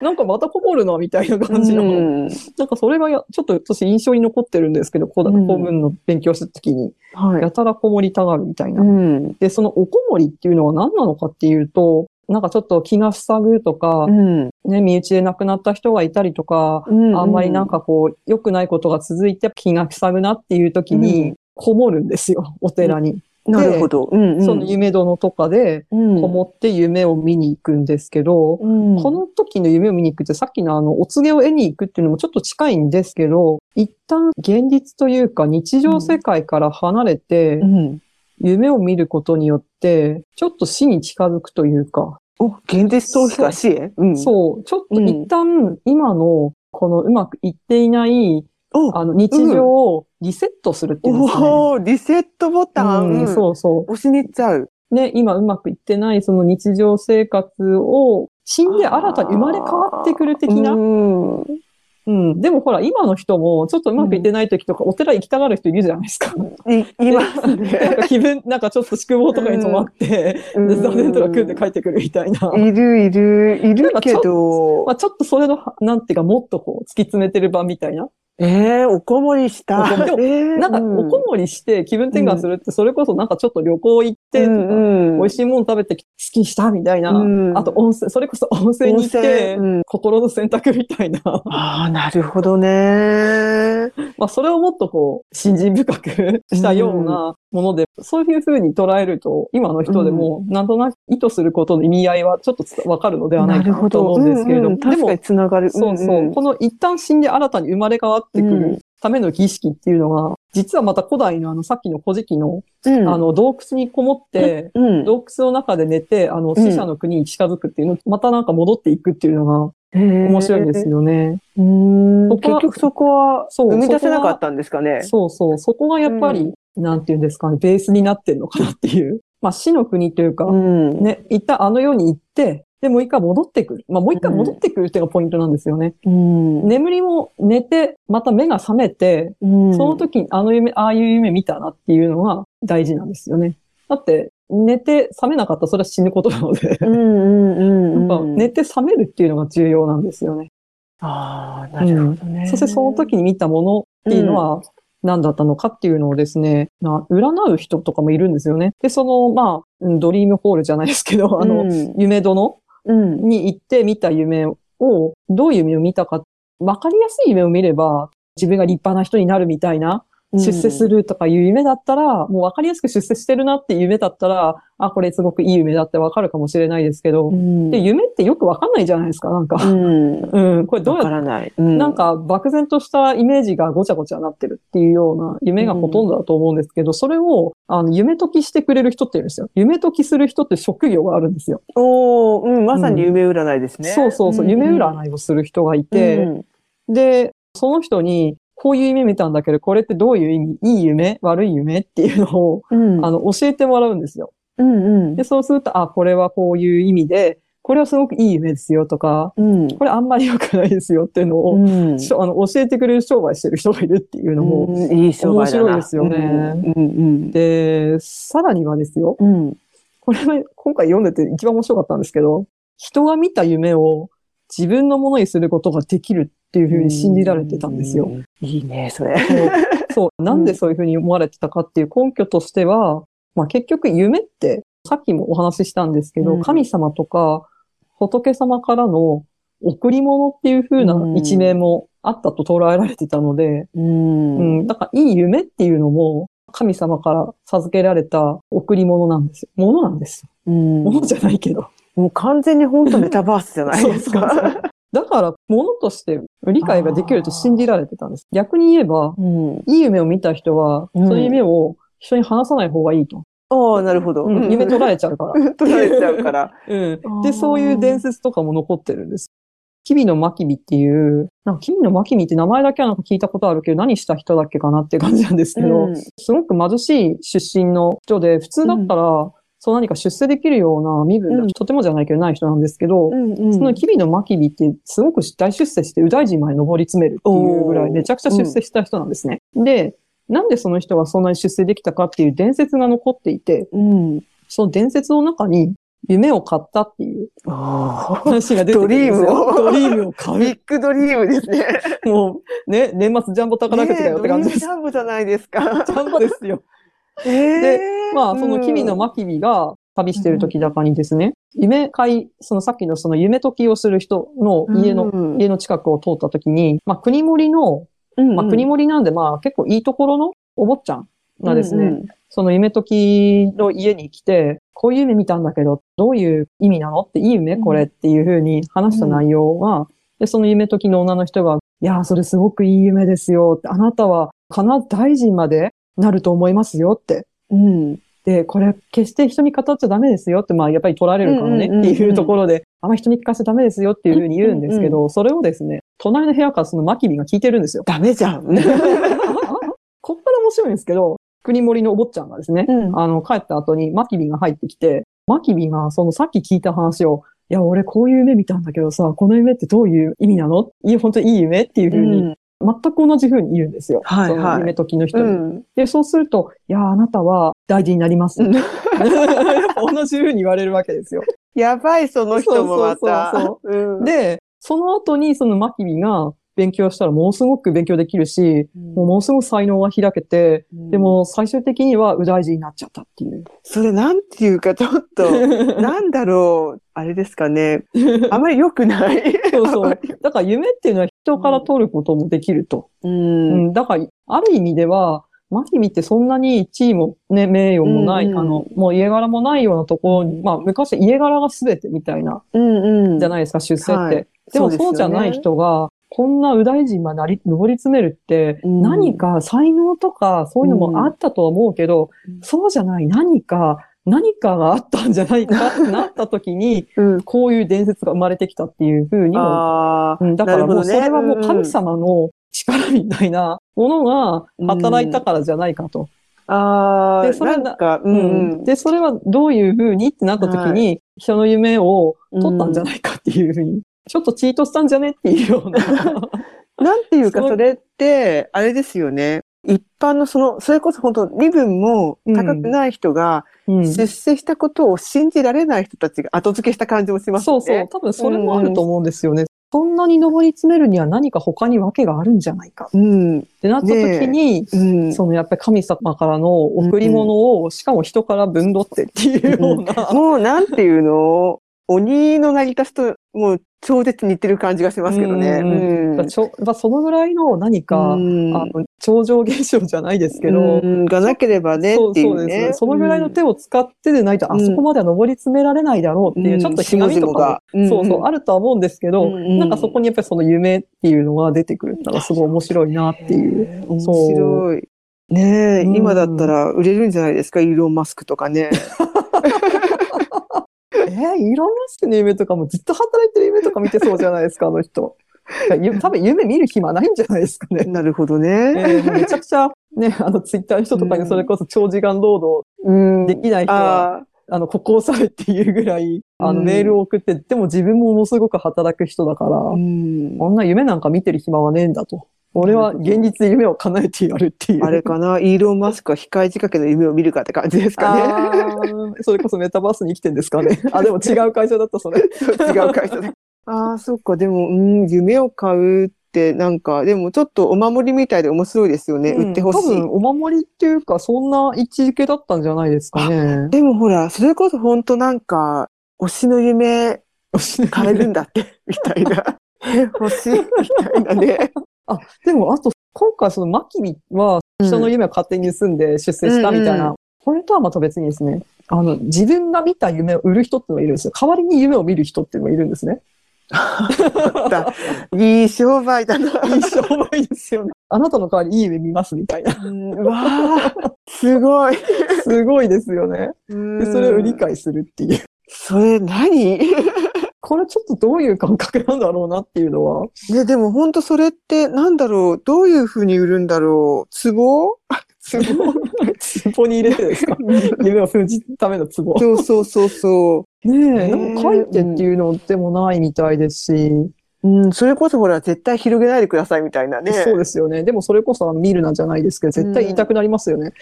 Speaker 1: なんかまたこもるな、みたいな感じの。
Speaker 2: ん。
Speaker 1: なんかそれがや、ちょっと私印象に残ってるんですけど、古
Speaker 2: うん
Speaker 1: 文の勉強した時に、
Speaker 2: は
Speaker 1: やたらこもりたがるみたい
Speaker 2: い。
Speaker 1: な。
Speaker 2: ん。
Speaker 1: で、そのおこもりっていうのは何なのかっていうと、なんかちょっと気が塞ぐとか
Speaker 2: う、ん。
Speaker 1: ね、身内で亡くなった人がいたりとか、あんまりなんかこう、良くないことが続いて気が塞ぐなっていう時
Speaker 2: う
Speaker 1: に、こもるんですよ、お寺に。
Speaker 2: なるほど。うんうん
Speaker 1: その夢殿とかで、
Speaker 2: うん
Speaker 1: こもって夢を見に行くんですけど、
Speaker 2: うん
Speaker 1: この時の夢を見に行くってさっきのあの、お告げを得に行くっていうのもちょっと近いんですけど、一旦現実というか日常世界から離れて
Speaker 2: う、ん
Speaker 1: 夢を見ることによって、ちょっと死に近づくというか、
Speaker 2: お、現実逃避か支援うん。
Speaker 1: そう、ちょっと一旦今のこのうまくいっていない、
Speaker 2: お、
Speaker 1: あの、日常をリセットするっていうんですかね。
Speaker 2: おーリセットボタン。
Speaker 1: うん、そうそう。
Speaker 2: 押しに行っちゃう。
Speaker 1: ね、今うまくいってないその日常生活を死んで新たに生まれ変わってくる的な。
Speaker 2: うん。
Speaker 1: うん。でもほら、今の人もちょっとうまくいってない時とか、お寺行きたがる人いるじゃない
Speaker 2: *laughs*
Speaker 1: ですか。
Speaker 2: い、いま
Speaker 1: *laughs*
Speaker 2: す
Speaker 1: なん
Speaker 2: ね。
Speaker 1: か気分、なんかちょっと宿坊とかに泊まって、 *laughs* で座禅とか組んで帰ってくるみたいな。
Speaker 2: いるいる、いるけど
Speaker 1: ま、あちょっとそれの、なんていうか、もっとこう、突き詰めてる版みたいな。
Speaker 2: えー、おこもりした
Speaker 1: おこ。も
Speaker 2: えー
Speaker 1: なんか、おこもりして気分転換するって、それこそなんかちょっと旅行行って、
Speaker 2: うんうん
Speaker 1: 美味しいもの食べてき、好きにしたみたいな。
Speaker 2: うん
Speaker 1: あと、温泉、それこそ温泉に行って、
Speaker 2: 温泉うん
Speaker 1: 心の選択みたいな。 *laughs*
Speaker 2: ああ、なるほどね。
Speaker 1: まあ、それをもっとこう、信心深くしたようなもので、そういうふうに捉えると、今の人でも、なんとなく意図することの意味合いはちょっとつわかるのではないかなと思うんですけれども、
Speaker 2: うんうん確か
Speaker 1: で
Speaker 2: につながる。
Speaker 1: も、そうそう、
Speaker 2: んん
Speaker 1: この一旦死んで新たに生まれ変わってく
Speaker 2: う
Speaker 1: るための儀式っていうのが、実はまた古代のあの、さっきの古事記の、
Speaker 2: うん
Speaker 1: あの、洞窟にこもって、
Speaker 2: うん
Speaker 1: 洞窟の中で寝て、あの、死者の国に近づくっていうの、またなんか戻っていくっていうのが面
Speaker 2: 面
Speaker 1: 白いんです。よね。
Speaker 2: うーん
Speaker 1: そこは
Speaker 2: 結局そこは
Speaker 1: そう
Speaker 2: 生み出せなかったんですかね。
Speaker 1: そうそう。そこがやっぱり、なんていうんですかね、ベースになってんのかなって
Speaker 2: *laughs*
Speaker 1: いう。まあ、死の国というか、
Speaker 2: うん
Speaker 1: ね、一旦あの世に行って、で、もう一回戻ってくる。まあ、もう一回戻ってくるっていうのがポイントなんですよね。
Speaker 2: うん
Speaker 1: 眠りも寝て、また目が覚めて、
Speaker 2: うん
Speaker 1: その時にあの夢、ああいう夢見たなっていうのが大事なんですよね。だって、寝て覚めなかったらそれは死ぬことなので、
Speaker 2: うんうんうん
Speaker 1: や
Speaker 2: う
Speaker 1: っ
Speaker 2: ん
Speaker 1: ぱ寝て覚めるっていうのが重要なんですよね。
Speaker 2: ああ、なるほどね。
Speaker 1: そしてその時に見たものっていうのは何だったのかっていうのをですね、な占う人とかもいるんですよね。で、その、まあ、うんドリームホールじゃないですけど、あの、
Speaker 2: うん
Speaker 1: 夢殿
Speaker 2: うん。
Speaker 1: に行って見た夢を、どういう夢を見たか、わかりやすい夢を見れば、自分が立派な人になるみたいな、出世す
Speaker 2: る。
Speaker 1: るとかいう夢だったら、もうわかりやすく出世してるなっていう夢だったら、あ、これすごくいい夢だってわかるかもしれないですけど、
Speaker 2: うん。
Speaker 1: で、夢ってよくわかんないじゃないですか、なんか。
Speaker 2: うん。
Speaker 1: うん、これどう
Speaker 2: わ
Speaker 1: やっ
Speaker 2: からない。うん
Speaker 1: なん、か漠然としたイメージがごちゃごちゃなってるっていうような夢がほとんどだと思うんですけど、それをあの夢解きしてくれる人っているんですよ。夢解きする人って職業があるんですよ。
Speaker 2: おーうん、まさに夢占いですね。
Speaker 1: そうそうそう、夢占いをする人がいて、
Speaker 2: うん
Speaker 1: で、その人に、こういう夢見たんだけど、これってどういう意味いい夢悪い夢っていうのを、
Speaker 2: うん。
Speaker 1: あの、教えてもらうんですよ。
Speaker 2: うんうん
Speaker 1: で、そうすると、あ、これはこういう意味で、これはすごくいい夢ですよとか、
Speaker 2: うん。
Speaker 1: これあんまり良くないですよっていうのを、
Speaker 2: うん
Speaker 1: しょあの教えてくれる商売してる人がいるっていうのも、
Speaker 2: うんいい商売だ
Speaker 1: 面
Speaker 2: な
Speaker 1: 白いですよね
Speaker 2: うんうん
Speaker 1: で、さらにはですよ、
Speaker 2: うん。うん
Speaker 1: これは今回読んでて一番面白かったんですけど、人が見た夢を自分のものにすることができるっていうふうに信じられてたんですよ。。
Speaker 2: うんいいね、それ。
Speaker 1: そうそう、なんでそういうふうに思われてたかっていう根拠としては、まあ結局夢って、さっきもお話ししたんですけど、
Speaker 2: うん
Speaker 1: 神様とか仏様からの贈り物っていう風な一面もあったと捉えられてたので、
Speaker 2: うん
Speaker 1: うん、だからいい夢っていうのも、神様から授けられた贈り物なんですよ。ものなんですよ。ものじゃないけど。
Speaker 2: もう完全に本当メタバースじゃないですか。
Speaker 1: そうそうそうだから、ものとして理解ができると信じられてたんです。逆に言えば、
Speaker 2: うん
Speaker 1: いい夢を見た人は、
Speaker 2: うん
Speaker 1: そういう夢を人に話さない方がいいと。
Speaker 2: ああ、なるほど。
Speaker 1: うん夢取られちゃうから。
Speaker 2: 取られちゃうから。
Speaker 1: *laughs* うん、
Speaker 2: あ
Speaker 1: で、
Speaker 2: ー
Speaker 1: そういう伝説とかも残ってるんです。キビのマキビっていう、なんかキビのマキビって名前だけはなんか聞いたことあるけど、何した人だっけかなって感じなんですけど、
Speaker 2: うん
Speaker 1: すごく貧しい出身の人で、普通だったら、そう何か出世できるような身分が、
Speaker 2: うん
Speaker 1: とてもじゃないけどない人なんですけど、
Speaker 2: うんうん
Speaker 1: その吉備の真備ってすごく大出世して右大臣まで上り詰めるっていうぐら
Speaker 2: お
Speaker 1: い
Speaker 2: ー
Speaker 1: めちゃくちゃ出世した人なんですね。で、なんでその人がそんなに出世できたかっていう伝説が残っていて、
Speaker 2: うん
Speaker 1: その伝説の中に夢を買ったっていう
Speaker 2: ああ
Speaker 1: 話が出てくるんですよ。
Speaker 2: ド
Speaker 1: *laughs* ド
Speaker 2: リ
Speaker 1: リームを買
Speaker 2: ビッグドリームですね。
Speaker 1: う。もう、ね、年末ジャンボ宝くじだよって感じです。
Speaker 2: ねえドリームジャンボじゃないですか
Speaker 1: ジ。ャンボですよ。
Speaker 2: ええ
Speaker 1: まあ、その君の真備が旅してる時だかにですね、夢会、そのさっきのその夢解きをする人の家の、
Speaker 2: うん
Speaker 1: 家の近くを通った時に、まあ、国森の、まあ、国森なんで、まあ、結構いいところのお坊ちゃんがですね、その夢解きの家に来て、こういう夢見たんだけど、どういう意味なのっていい夢これっていう風に話した内容は、で、その夢解きの女の人が、いやー、それすごくいい夢ですよって。あなたは、かな大臣までなると思いますよって。
Speaker 2: うん。
Speaker 1: で、これ、決して人に語っちゃダメですよって、まあ、やっぱり取られるからね
Speaker 2: うんうんうん
Speaker 1: っていうところで、あんま人に聞かせちゃダメですよっていう風に言うんですけど、それをですね、隣の部屋からそのマキビが聞いてるんですよ。
Speaker 2: ダメじゃん。
Speaker 1: こっから面白いんですけど、国森のお坊ちゃんがですね、あの、帰った後にマキビが入ってきて、マキビがそのさっき聞いた話を、いや、俺こういう夢見たんだけどさ、この夢ってどういう意味なのいや、本当にいい夢っていうふうに、
Speaker 2: うん
Speaker 1: 全く同じふうに言うんですよ。
Speaker 2: はいはい
Speaker 1: その夢解きの人
Speaker 2: う
Speaker 1: に、
Speaker 2: ん。
Speaker 1: で、そうすると、いや、あなたは大事になります。
Speaker 2: うん
Speaker 1: *laughs* 同じふうに言われるわけですよ。
Speaker 2: やばい、その人もまた。
Speaker 1: そう
Speaker 2: うん
Speaker 1: で、その後にそのマキビが勉強したらものすごく勉強できるし、もうものすごく才能が開けて、で、も最終的には右大臣になっちゃったっていう。
Speaker 2: それなんていうか、ちょっと、なんだろう、あれですかね。
Speaker 1: *laughs*
Speaker 2: あまり良くない。
Speaker 1: そう
Speaker 2: *laughs*
Speaker 1: そう。だから夢っていうのは人から取ることもできると。
Speaker 2: う。
Speaker 1: うんん。だから、ある意味では、マキミってそんなに地位もね、名誉もない、
Speaker 2: うんうん
Speaker 1: あの、もう家柄もないようなところに、まあ昔家柄が全てみたいな、
Speaker 2: うんうん。
Speaker 1: じゃないですか、出世って。
Speaker 2: はい
Speaker 1: でも
Speaker 2: そうですよね
Speaker 1: そうじゃない人が、こんな右大臣までなり、上り詰めるって、
Speaker 2: うん
Speaker 1: 何か才能とかそういうのもあったとは思うけど、
Speaker 2: うん
Speaker 1: そうじゃない何か、何かがあったんじゃないか
Speaker 2: *laughs*
Speaker 1: ってなった時に、
Speaker 2: うん。
Speaker 1: こういう伝説が生まれてきたっていうふうにも
Speaker 2: あ
Speaker 1: うん、だか
Speaker 2: な
Speaker 1: ら
Speaker 2: る
Speaker 1: も
Speaker 2: ほど
Speaker 1: うそ
Speaker 2: ね
Speaker 1: れはもう
Speaker 2: うんう
Speaker 1: 神
Speaker 2: ん
Speaker 1: 様の力みたいなものが働いたからじゃないかと。
Speaker 2: あ。あ
Speaker 1: で
Speaker 2: あ。
Speaker 1: それ
Speaker 2: なんか、う
Speaker 1: うん
Speaker 2: ん。
Speaker 1: で、それはどういうふうにってなった時に、人の夢を取ったんじゃないかっていうふうに、ちょっとチートしたんじゃねっていうような。
Speaker 2: なんていうか、
Speaker 1: すごい
Speaker 2: それって、あれですよね。一般のその、それこそ本当身分も高くない人が、
Speaker 1: *laughs* うん
Speaker 2: 出世したことを信じられない人たちが後付けした感じもしますね。
Speaker 1: そうそう。。多分それもあると思うんですよね。そんなに上り詰めるには何か他に訳があるんじゃないか
Speaker 2: うん。
Speaker 1: ってなった時に、
Speaker 2: うん。
Speaker 1: そのやっぱり神様からの贈り物を、しかも人から分取ってっていうような、
Speaker 2: もうなんていうの鬼の成り立ちともう超絶似てる感じがしますけどね。
Speaker 1: うん
Speaker 2: うん
Speaker 1: やっぱちょやっぱそのぐらいの何か、
Speaker 2: うん
Speaker 1: あの超常現象じゃないですけど、
Speaker 2: うんがなければね
Speaker 1: そう
Speaker 2: ってい
Speaker 1: そう
Speaker 2: う
Speaker 1: ですね。
Speaker 2: ね。
Speaker 1: そのぐらいの手を使ってでないと、
Speaker 2: うん
Speaker 1: あそこまでは上り詰められないだろうっていう、
Speaker 2: うん
Speaker 1: ちょっとひがみとかも、
Speaker 2: うん
Speaker 1: そうそう、あるとは思うんですけど、
Speaker 2: うん
Speaker 1: なんかそこにやっぱりその夢っていうのが出てくるのがすごい面白いなっていう。
Speaker 2: 面白い。ねえ、
Speaker 1: うん
Speaker 2: 今だったら売れるんじゃないですか、イーロン・マスクと
Speaker 1: *laughs*
Speaker 2: かね。
Speaker 1: *laughs* えー、イーロン・マスクの夢とかもずっと働いてる夢とか見てそうじゃないですか、あの人。ゆ多分夢見る暇ないんじゃないですか *laughs* ね。
Speaker 2: なるほど
Speaker 1: え
Speaker 2: ね。
Speaker 1: ーめちゃくちゃ、ね、あの、ツイッターの人とかにそれこそ長時間労働
Speaker 2: うん。
Speaker 1: できない人は、
Speaker 2: あ
Speaker 1: あの、ここをされっていうぐらい、あの、
Speaker 2: うん
Speaker 1: メールを送って、でも自分もものすごく働く人だから、
Speaker 2: あ。うん
Speaker 1: こんな夢なんか見てる暇はねえんだと。俺は現実で夢を叶えてやるっていう。
Speaker 2: あれかな、イーロン・マスクは控え仕掛けの夢を見るかって感じですか
Speaker 1: あーそれこそメタバースに生きてんですかね。あ、でも違う会社だった、それ。
Speaker 2: ね。違う会社だ。 *laughs* ああ、そっか、でも、うん、夢を買うって、なんか、でもちょっとお守りみたいで面白いですよね。売ってほし
Speaker 1: 多
Speaker 2: い。
Speaker 1: 分、お守りっていうか、そんな位置づけだったんじゃないですかね。
Speaker 2: でもほら、それこそ本当なんか、推しの夢
Speaker 1: *laughs*
Speaker 2: 買えるんだって、みたいな。え欲しい、みたい
Speaker 1: *laughs*
Speaker 2: なね。
Speaker 1: でも、あと、今回、その、マキビは、人の夢を勝手に盗んで出世したみたい
Speaker 2: うんう
Speaker 1: な、本当はまた別にですね、あの、自分が見た夢を売る人っていうのがいるんですよ。代わりに夢を見る人っていうのがいるんですね。
Speaker 2: いい商売だな。
Speaker 1: いい商売ですよね。あなたの代わりにいい夢見ますみたい
Speaker 2: *laughs*
Speaker 1: な。
Speaker 2: うんわあ、すごい。
Speaker 1: すごいですよね。で、 *laughs* それを売り
Speaker 2: か。
Speaker 1: 買いするっていう。
Speaker 2: それ
Speaker 1: *laughs*
Speaker 2: 何
Speaker 1: これちょっとどういう感覚なんだろうなっていうのは。
Speaker 2: ね、でも本当それってなんだろうどういうふうに売るんだろう
Speaker 1: *laughs*
Speaker 2: 壺壺
Speaker 1: 壺に入れてですか夢を封じるための壺。
Speaker 2: そうそうそうそ
Speaker 1: ねえ、
Speaker 2: え
Speaker 1: なんか書いてっていうのでもないみたいですし、
Speaker 2: う。うん、それこそほら、絶対広げないでくださいみたいなね。
Speaker 1: そうですよね。でもそれこそあの見るなじゃないですけど、絶対言いたくなりますよね。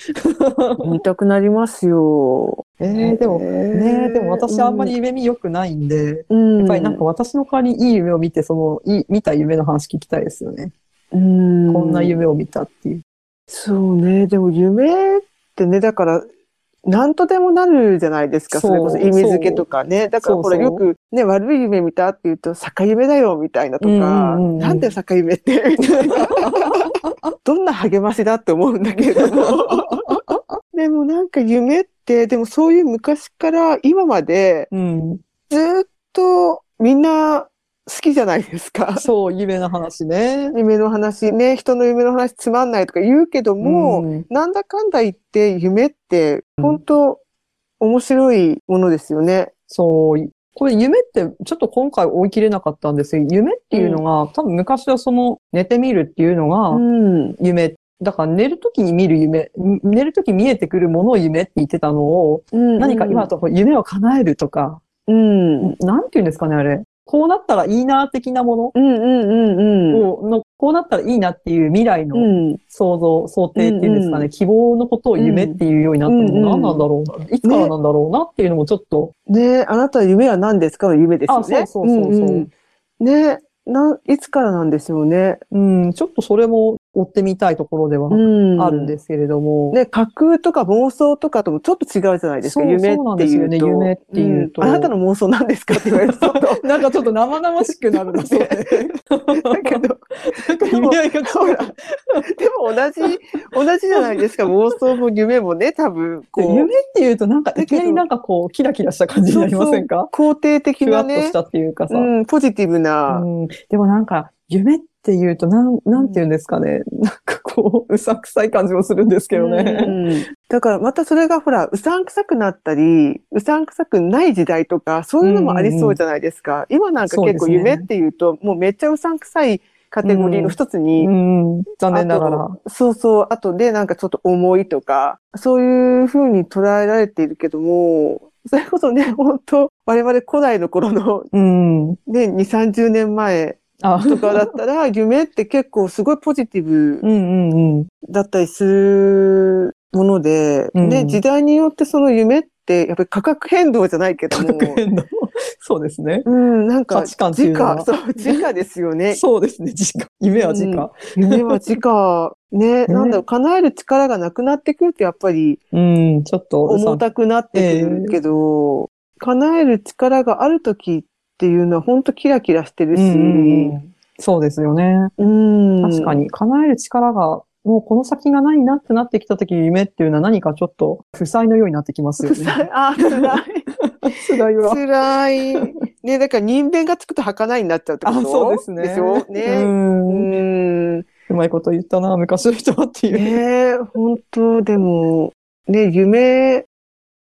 Speaker 2: *laughs* 見たくなりますよ。
Speaker 1: ええでも、ねえ、でも私あんまり、夢見良くないんで、
Speaker 2: うん、
Speaker 1: やっぱりなんか私の代わりにいい夢を見て、その、いい、見た夢の話聞きたいですよね。
Speaker 2: うん、
Speaker 1: こんな夢を見たっていう。
Speaker 2: そうね、でも夢ってね、だから、なんとでもなるじゃないですか、そ
Speaker 1: そう
Speaker 2: れこそ意味付けとかね。だから
Speaker 1: そう
Speaker 2: こ
Speaker 1: そう
Speaker 2: れよくね、悪い夢見たって言うと、逆夢だよ、みたいなと
Speaker 1: うん
Speaker 2: か、
Speaker 1: うんうん
Speaker 2: なんで逆夢って、 *laughs* みたいな。どんな励ましだって思うんだけれど
Speaker 1: *laughs*
Speaker 2: も。でもなんか夢って、でもそういう昔から今まで、
Speaker 1: うん。
Speaker 2: ずっとみんな好きじゃないですか。
Speaker 1: そう、夢の話ね。
Speaker 2: 夢の話ね、人の夢の話つまんないとか言うけども、
Speaker 1: うん
Speaker 2: なんだかんだ言って夢って
Speaker 1: うん
Speaker 2: 本当面白いものですよね。
Speaker 1: そう。これ夢ってちょっと今回追い切れなかったんですけど、夢っていうのが、多分昔はその寝てみるっていうの
Speaker 2: う
Speaker 1: が
Speaker 2: ん。
Speaker 1: 夢。だから寝るときに見る夢、ん寝るとき見えてくるものを夢って言ってたのを、何か今だとこう夢を叶えるとか、
Speaker 2: うん。うん
Speaker 1: なんて言うんですかね、あれ。こうなったらいいな的なも
Speaker 2: うんうん
Speaker 1: の
Speaker 2: うん。
Speaker 1: を、のこうなったらいいなっていう未来
Speaker 2: う
Speaker 1: の
Speaker 2: ん。
Speaker 1: 想像、想定っていうんですかね、
Speaker 2: うんう
Speaker 1: 希望のことを夢っていうようになったの
Speaker 2: うんうん
Speaker 1: も何なんだろうな、いつからなんだろうなっていうのもちょっと、
Speaker 2: ねあなたの夢は何ですかの夢ですよね。
Speaker 1: あそうそうそうそうん
Speaker 2: んねないつからなんでしょうね。
Speaker 1: うん、ちょっとそれも追ってみたいところでは
Speaker 2: うん。
Speaker 1: あるんですけれども。
Speaker 2: ね、架空とか妄想とかともちょっと違うじゃないですか。
Speaker 1: そう
Speaker 2: 夢
Speaker 1: そうなん
Speaker 2: って
Speaker 1: です
Speaker 2: い
Speaker 1: よ
Speaker 2: う
Speaker 1: ね
Speaker 2: と。
Speaker 1: 夢っていうと
Speaker 2: んあなたの妄想なんですかって言われる
Speaker 1: *laughs*
Speaker 2: と。
Speaker 1: *laughs* なんかちょっと生々しくなるな、
Speaker 2: *laughs*
Speaker 1: それ。
Speaker 2: だけど、
Speaker 1: なんか意味合いが違
Speaker 2: ほら
Speaker 1: う。
Speaker 2: でも同じ、同じじゃないですか。妄想も夢もね、多分、こう。
Speaker 1: 夢っていうと、なんか、
Speaker 2: けど
Speaker 1: いきなりなんかこう、キラキラした感じになりませんか
Speaker 2: 肯定的
Speaker 1: ふわっ
Speaker 2: な
Speaker 1: と
Speaker 2: ね
Speaker 1: し、たっていうかさ。
Speaker 2: うん、ポジティブな、
Speaker 1: うんでもなんか、夢っていうと、なん、なんて言うんですかね。 *laughs* なんかこう、うさくさい感じもするんですけど
Speaker 2: う
Speaker 1: ね。
Speaker 2: んだからまたそれがほら、うさんくさくなったり、うさんくさくない時代とか、そういうのもありそうじゃないですか。今なん
Speaker 1: そ
Speaker 2: か結構
Speaker 1: うですね
Speaker 2: 夢っていうと、もうめっちゃうさんくさいカテゴリーの一つに、
Speaker 1: うん、残念なが
Speaker 2: あ
Speaker 1: ら。
Speaker 2: とそうそう、あとでなんかちょっと重いとか、そういう風に捉えられているけども、それこそね、本当我々古代の頃の
Speaker 1: うん。
Speaker 2: ね、2、30年前
Speaker 1: あ、
Speaker 2: とかだったら、夢って結構すごいポジティブ
Speaker 1: うんうんうん。
Speaker 2: だったりするもので、
Speaker 1: うん
Speaker 2: ね、時代によってその夢って、やっぱり価格変動じゃないけども、
Speaker 1: 学園の、そうですね。
Speaker 2: うん、なんか、
Speaker 1: 価値観っていう
Speaker 2: 時
Speaker 1: のは
Speaker 2: 価、そう、時価ですよ
Speaker 1: *laughs*
Speaker 2: ね。
Speaker 1: そうですね、時間。夢は時間。
Speaker 2: 夢は時価、ね、なんだろう、叶える力がなくなってくると、やっぱり
Speaker 1: うん、ちょっと、
Speaker 2: 重たくなってくるけど、叶える力がある時っていうのは本当キラキラしてるし、
Speaker 1: うんうんそうですよね。
Speaker 2: うん
Speaker 1: 確か。に、叶える力が、もうこの先がないなってなってきた時夢っていうのは何かちょっと、負債のようになってきますよ
Speaker 2: 辛い
Speaker 1: ね。
Speaker 2: *laughs* あ、辛い。
Speaker 1: *laughs* 負債は。
Speaker 2: 辛い。ね、だから人弁がつくと儚いになっちゃうってこ
Speaker 1: あ、
Speaker 2: と
Speaker 1: *laughs* そうですね。
Speaker 2: でしょ
Speaker 1: う。
Speaker 2: ね。うんん。
Speaker 1: うまいこと言ったな、昔の人はっていう。
Speaker 2: ねえ、本当でも、ね、夢、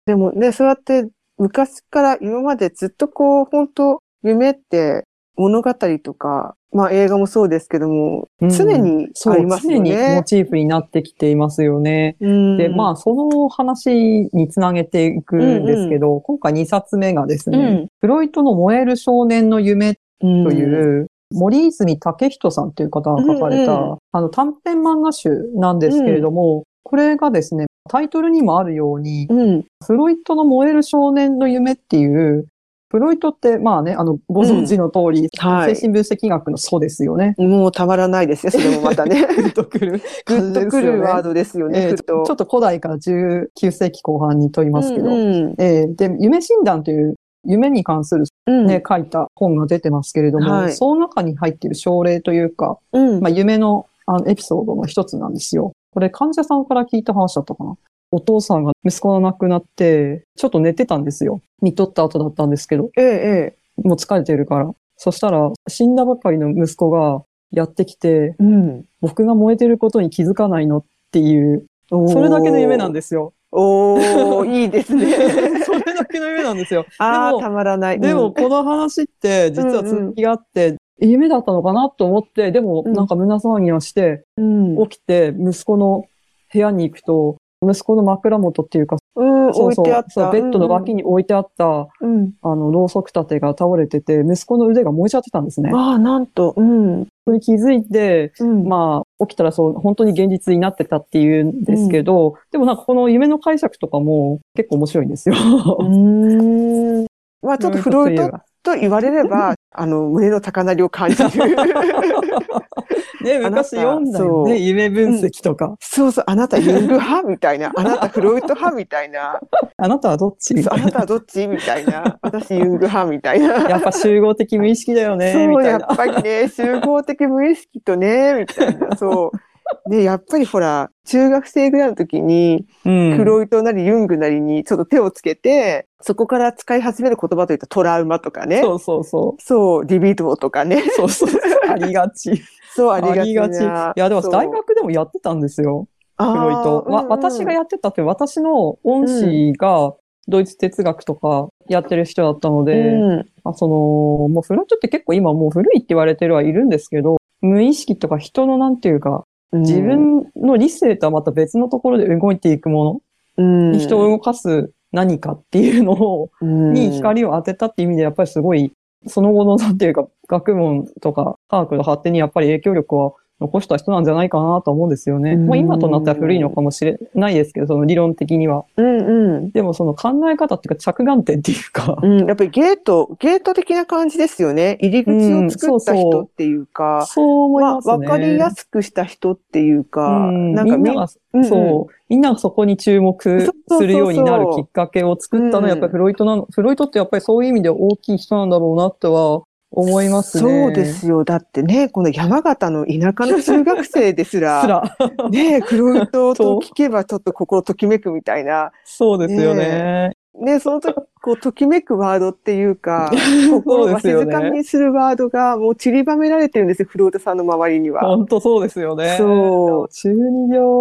Speaker 2: でもね、そうやって昔から今までずっとこう、本当夢って物語とか、まあ映画もそうですけども、
Speaker 1: うん
Speaker 2: 常に
Speaker 1: そう、
Speaker 2: あります
Speaker 1: 常
Speaker 2: よ
Speaker 1: にモ
Speaker 2: ね。
Speaker 1: チーフになってきていますよね。
Speaker 2: うん
Speaker 1: で、まあ、その話につなげていくんですけど、今回2冊目がですね、
Speaker 2: うん
Speaker 1: フロイトの燃える少年の夢
Speaker 2: と
Speaker 1: とい、う、森泉武人さんという方が書かれた、
Speaker 2: うんうん
Speaker 1: あの短編漫画集なんですけれども、これがですね、タイトルにもあるように、
Speaker 2: うん、
Speaker 1: フロイトの燃える少年の夢っていう、フロイトって、まあね、あの、ご存知の通り、
Speaker 2: はい
Speaker 1: 精神分析学の祖ですよね。
Speaker 2: もうたまらないですね、それもまた
Speaker 1: *laughs*
Speaker 2: ね。
Speaker 1: グッとくる。
Speaker 2: グッとくるワー
Speaker 1: ド
Speaker 2: ドですよ
Speaker 1: え
Speaker 2: ね、
Speaker 1: え
Speaker 2: グ
Speaker 1: ち
Speaker 2: ッ
Speaker 1: ょ
Speaker 2: と。
Speaker 1: ちょっと古代から19世紀後半に問いますけど。
Speaker 2: うん
Speaker 1: ええで、夢診断という夢に関する
Speaker 2: うん、
Speaker 1: ね、書いた本が出てますけれども、
Speaker 2: はい
Speaker 1: その中に入っている症例というか、
Speaker 2: うん、
Speaker 1: まあ、夢のあのエピソードの一つなんですよ。これ患者さんから聞いた話だったかな。お父さんが息子が亡くなって、ちょっと寝てたんですよ。見とった後だったんですけど、
Speaker 2: ええ、え
Speaker 1: もう疲れてるから。そしたら、死んだばかりの息子がやってきて、
Speaker 2: え、うん。
Speaker 1: 僕が燃えてることに気づかないのっていう、それだけの夢なんです
Speaker 2: *laughs*
Speaker 1: よ。
Speaker 2: す。おー、いいです
Speaker 1: そ
Speaker 2: ね。
Speaker 1: れだけの夢なんですよ。
Speaker 2: あ
Speaker 1: で
Speaker 2: あ、
Speaker 1: も
Speaker 2: たまらない。
Speaker 1: で
Speaker 2: う
Speaker 1: も、
Speaker 2: ん、
Speaker 1: この話って、実は続きがあって、夢だったのかなと思って、でも、
Speaker 2: うん
Speaker 1: なんか胸騒ぎはして、
Speaker 2: うん、
Speaker 1: 起きて、息子の部屋に行くと、息子の枕元っていうか、
Speaker 2: うん、
Speaker 1: そうそ
Speaker 2: 置いてあっ
Speaker 1: う、
Speaker 2: た。
Speaker 1: そうベッドの脇に置いてあった、
Speaker 2: うん。
Speaker 1: あの、ろうそく立てが倒れてて、息子の腕が燃えちゃってたんですね。
Speaker 2: ああ、なんと。うん。
Speaker 1: それに気づいて、
Speaker 2: うん。
Speaker 1: まあ、起きたらそう、本当に現実になってたっていうんですけど、でもなんかこの夢の解釈とかも結構面白いんですよ。
Speaker 2: うーん。まあ、ちょっ
Speaker 1: *laughs*
Speaker 2: とフロイト
Speaker 1: ト。
Speaker 2: と言われれ
Speaker 1: *laughs*
Speaker 2: ば、あの、胸の高鳴りを感じる。
Speaker 1: ね、
Speaker 2: あなた
Speaker 1: 昔読んだよ
Speaker 2: そう
Speaker 1: ね、夢分析とか。
Speaker 2: そうそう、あなたユング派みたいな。あなたフロイト派みたいな。
Speaker 1: あなたはどっち
Speaker 2: そうあなたはどっちみたいな。私ユング派みたいな。
Speaker 1: やっぱ集合的無意識だよね、
Speaker 2: そ
Speaker 1: み
Speaker 2: う、
Speaker 1: た
Speaker 2: や
Speaker 1: い
Speaker 2: っ
Speaker 1: な。
Speaker 2: ぱりね、集合的無意識とね、みたいな。そう。ね、やっぱりほら、中学生ぐらいの時に、
Speaker 1: うん
Speaker 2: フロイトなりユングなりにちょっと手をつけて、そこから使い始める言葉といったらトラウマとかね。
Speaker 1: そうそうそ
Speaker 2: そう、リビドーとかね
Speaker 1: *laughs* う。。そうそう。
Speaker 2: *laughs*
Speaker 1: ありがち。
Speaker 2: そう、あ
Speaker 1: あ
Speaker 2: りがち
Speaker 1: りがち。い
Speaker 2: な。
Speaker 1: や、でも
Speaker 2: そう
Speaker 1: 大学でもやってたんですよ、
Speaker 2: あ
Speaker 1: フ
Speaker 2: ー
Speaker 1: ロイト。わ
Speaker 2: うんうん
Speaker 1: 私がやってたって、私の恩師がドイツ哲学とかやってる人だったので、
Speaker 2: うん
Speaker 1: まあ、その、もうフロイトって結構今もう古いって言われてるはいるんですけど、無意識とか人のなんていうか、自分の理性とはまた別のところで動いていくも
Speaker 2: うん
Speaker 1: の、人を動かす何かっていうのを、
Speaker 2: うん
Speaker 1: に光を当てたっていう意味でやっぱりすごい、その後のなんていうか、学問とか科学の発展にやっぱり影響力は残した人なんじゃないかなと思うんですよね。
Speaker 2: うん
Speaker 1: もう今となったら古いのかもしれないですけど、その理論的には。
Speaker 2: うんうん
Speaker 1: でもその考え方っていうか着眼点っていうか、
Speaker 2: うん、やっぱりゲート、ゲート的な感じですよね。入り口を作った人っていうか、
Speaker 1: そう思い
Speaker 2: まあ、
Speaker 1: ますね。
Speaker 2: わかりやすくした人っていうか、
Speaker 1: うん
Speaker 2: なんか
Speaker 1: みんなが、
Speaker 2: みん
Speaker 1: そう、みんながそこに注目するようになるきっかけを作ったのはや
Speaker 2: うん
Speaker 1: っぱりフロイトなの、フロイトってやっぱりそういう意味で大きい人なんだろうなとは思いますね。
Speaker 2: そうですよ。だってね、この山形の田舎の中学生ですら、
Speaker 1: *laughs* すら。
Speaker 2: ねえ、黒いと
Speaker 1: そう
Speaker 2: と聞けばちょっと心ときめくみたいな。
Speaker 1: そうですよね
Speaker 2: ね。ねえその時、こう、ときめくワードっていうか、
Speaker 1: *laughs* そう
Speaker 2: 心
Speaker 1: で
Speaker 2: が
Speaker 1: すよ
Speaker 2: 静か
Speaker 1: ね。
Speaker 2: にするワードがもう散りばめられてるんですよ、フロートさんの周りには。
Speaker 1: 本当そうですよね。
Speaker 2: そう。
Speaker 1: 中二病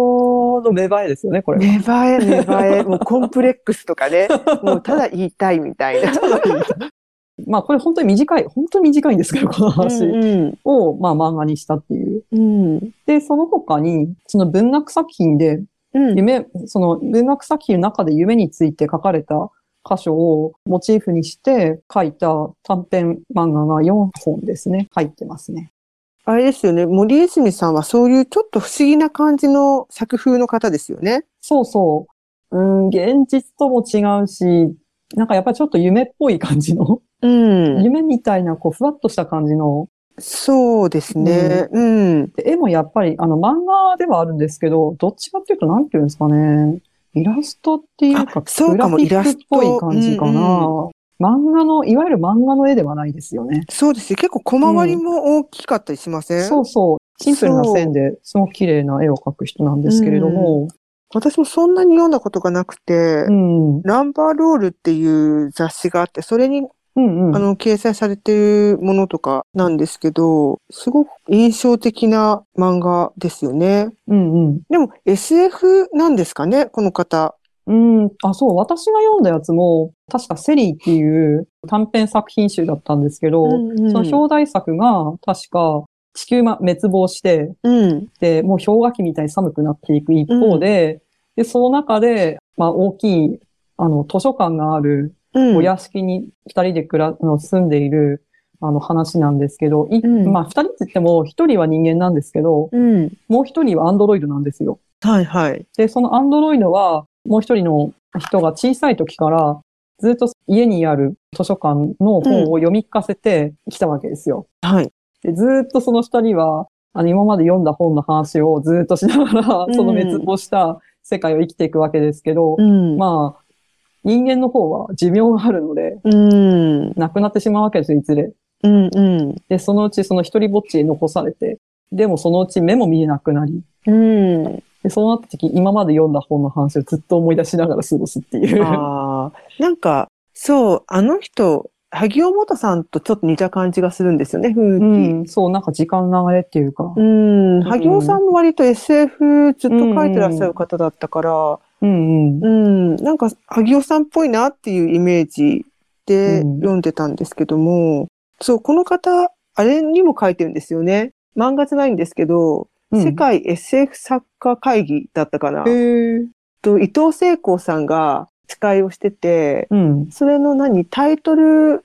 Speaker 1: の芽生えですよね、これは。
Speaker 2: 芽生え、芽生え、もうコンプレックスとか
Speaker 1: *laughs*
Speaker 2: ね、もうただ言いたいみたいな。
Speaker 1: まあこれ本当に短い、本当に短いんですけど、この
Speaker 2: う
Speaker 1: 話
Speaker 2: ん
Speaker 1: を、まあ漫画にしたっていう。
Speaker 2: うん。うん。
Speaker 1: で、その他に、その文学作品で、
Speaker 2: うん。
Speaker 1: 夢、その文学作品の中で夢について書かれた箇所をモチーフにして書いた短編漫画が4本ですね、入ってますね。
Speaker 2: あれですよね、森泉さんはそういうちょっと不思議な感じの作風の方ですよね。
Speaker 1: そうそう。うん、現実とも違うし、なんかやっぱりちょっと夢っぽい感じの、
Speaker 2: うん。
Speaker 1: 夢みたいなこうふわっとした感じの、
Speaker 2: そうですね。うん。
Speaker 1: で絵もやっぱりあの漫画ではあるんですけど、どっちかっていうとなんていうんですかね、イラストっていうか
Speaker 2: あ、そうかも
Speaker 1: グラフィックっぽい感じかな。
Speaker 2: イラス
Speaker 1: 漫画の、いわゆる漫画の絵ではないですよね。
Speaker 2: そうですよ。結構小回りも大きかったりしません、
Speaker 1: そうそう。シンプルな線ですごく綺麗な絵を描く人なんですけれども。
Speaker 2: 私もそんなに読んだことがなくて、
Speaker 1: うん。うん
Speaker 2: ナンバーロールっていう雑誌があって、それに、
Speaker 1: うん。
Speaker 2: あの掲載されてるものとかなんですけど、すごく印象的な漫画ですよね。
Speaker 1: うんうん。
Speaker 2: でも SF なんですかね、この方。
Speaker 1: うん、あ、そう、私が読んだやつも、確かセリーっていう短編作品集だったんですけど、
Speaker 2: うん
Speaker 1: その表題作が、確か、地球が滅亡して、
Speaker 2: うん。
Speaker 1: で、もう氷河期みたいに寒くなっていく一方で、で、その中で、まあ、大きい、あの、図書館がある、
Speaker 2: うん。
Speaker 1: お屋敷に二人で暮ら、あの住んでいる、あの、話なんですけど、い
Speaker 2: うん
Speaker 1: まあ、二人って言っても、一人は人間なんですけど、
Speaker 2: うん。
Speaker 1: もう一人はアンドロイドなんですよ。
Speaker 2: はいはい。
Speaker 1: で、そのアンドロイドは、もう一人の人が小さい時から、ずっと家にある図書館の本を読み聞かせてきたわけですよ。
Speaker 2: はい。
Speaker 1: でずっとその二人は、あの、今まで読んだ本の話をずっとしながら、
Speaker 2: うん
Speaker 1: その滅亡した世界を生きていくわけですけど、
Speaker 2: うん。
Speaker 1: まあ、人間の方は寿命があるので、
Speaker 2: うん。
Speaker 1: 亡くなってしまうわけですよ、いずれ。
Speaker 2: うん。うん。
Speaker 1: で、そのうちその一人ぼっちに残されて、でもそのうち目も見えなくなり、
Speaker 2: うん。
Speaker 1: で、そうなった時、今まで読んだ本の話をずっと思い出しながら過ごすっていう。
Speaker 2: ああ。なんか、そう、あの人、萩尾元さんとちょっと似た感じがするんですよね、雰囲気。
Speaker 1: うん、そう、なんか時間の流れっていうか。
Speaker 2: うん、萩尾さんも割と SF ずっと書いてらっしゃる方だったから、
Speaker 1: うんうん。
Speaker 2: うん、なんか萩尾さんっぽいなっていうイメージで
Speaker 1: うん
Speaker 2: 読んでたんですけども、そう、この方、あれにも書いてるんですよね。漫画じゃないんですけど、
Speaker 1: うん
Speaker 2: 世界 SF 作家会議だったかな。
Speaker 1: へー
Speaker 2: と伊藤聖光さんが司会をしてて、
Speaker 1: うん。
Speaker 2: それの何、タイトル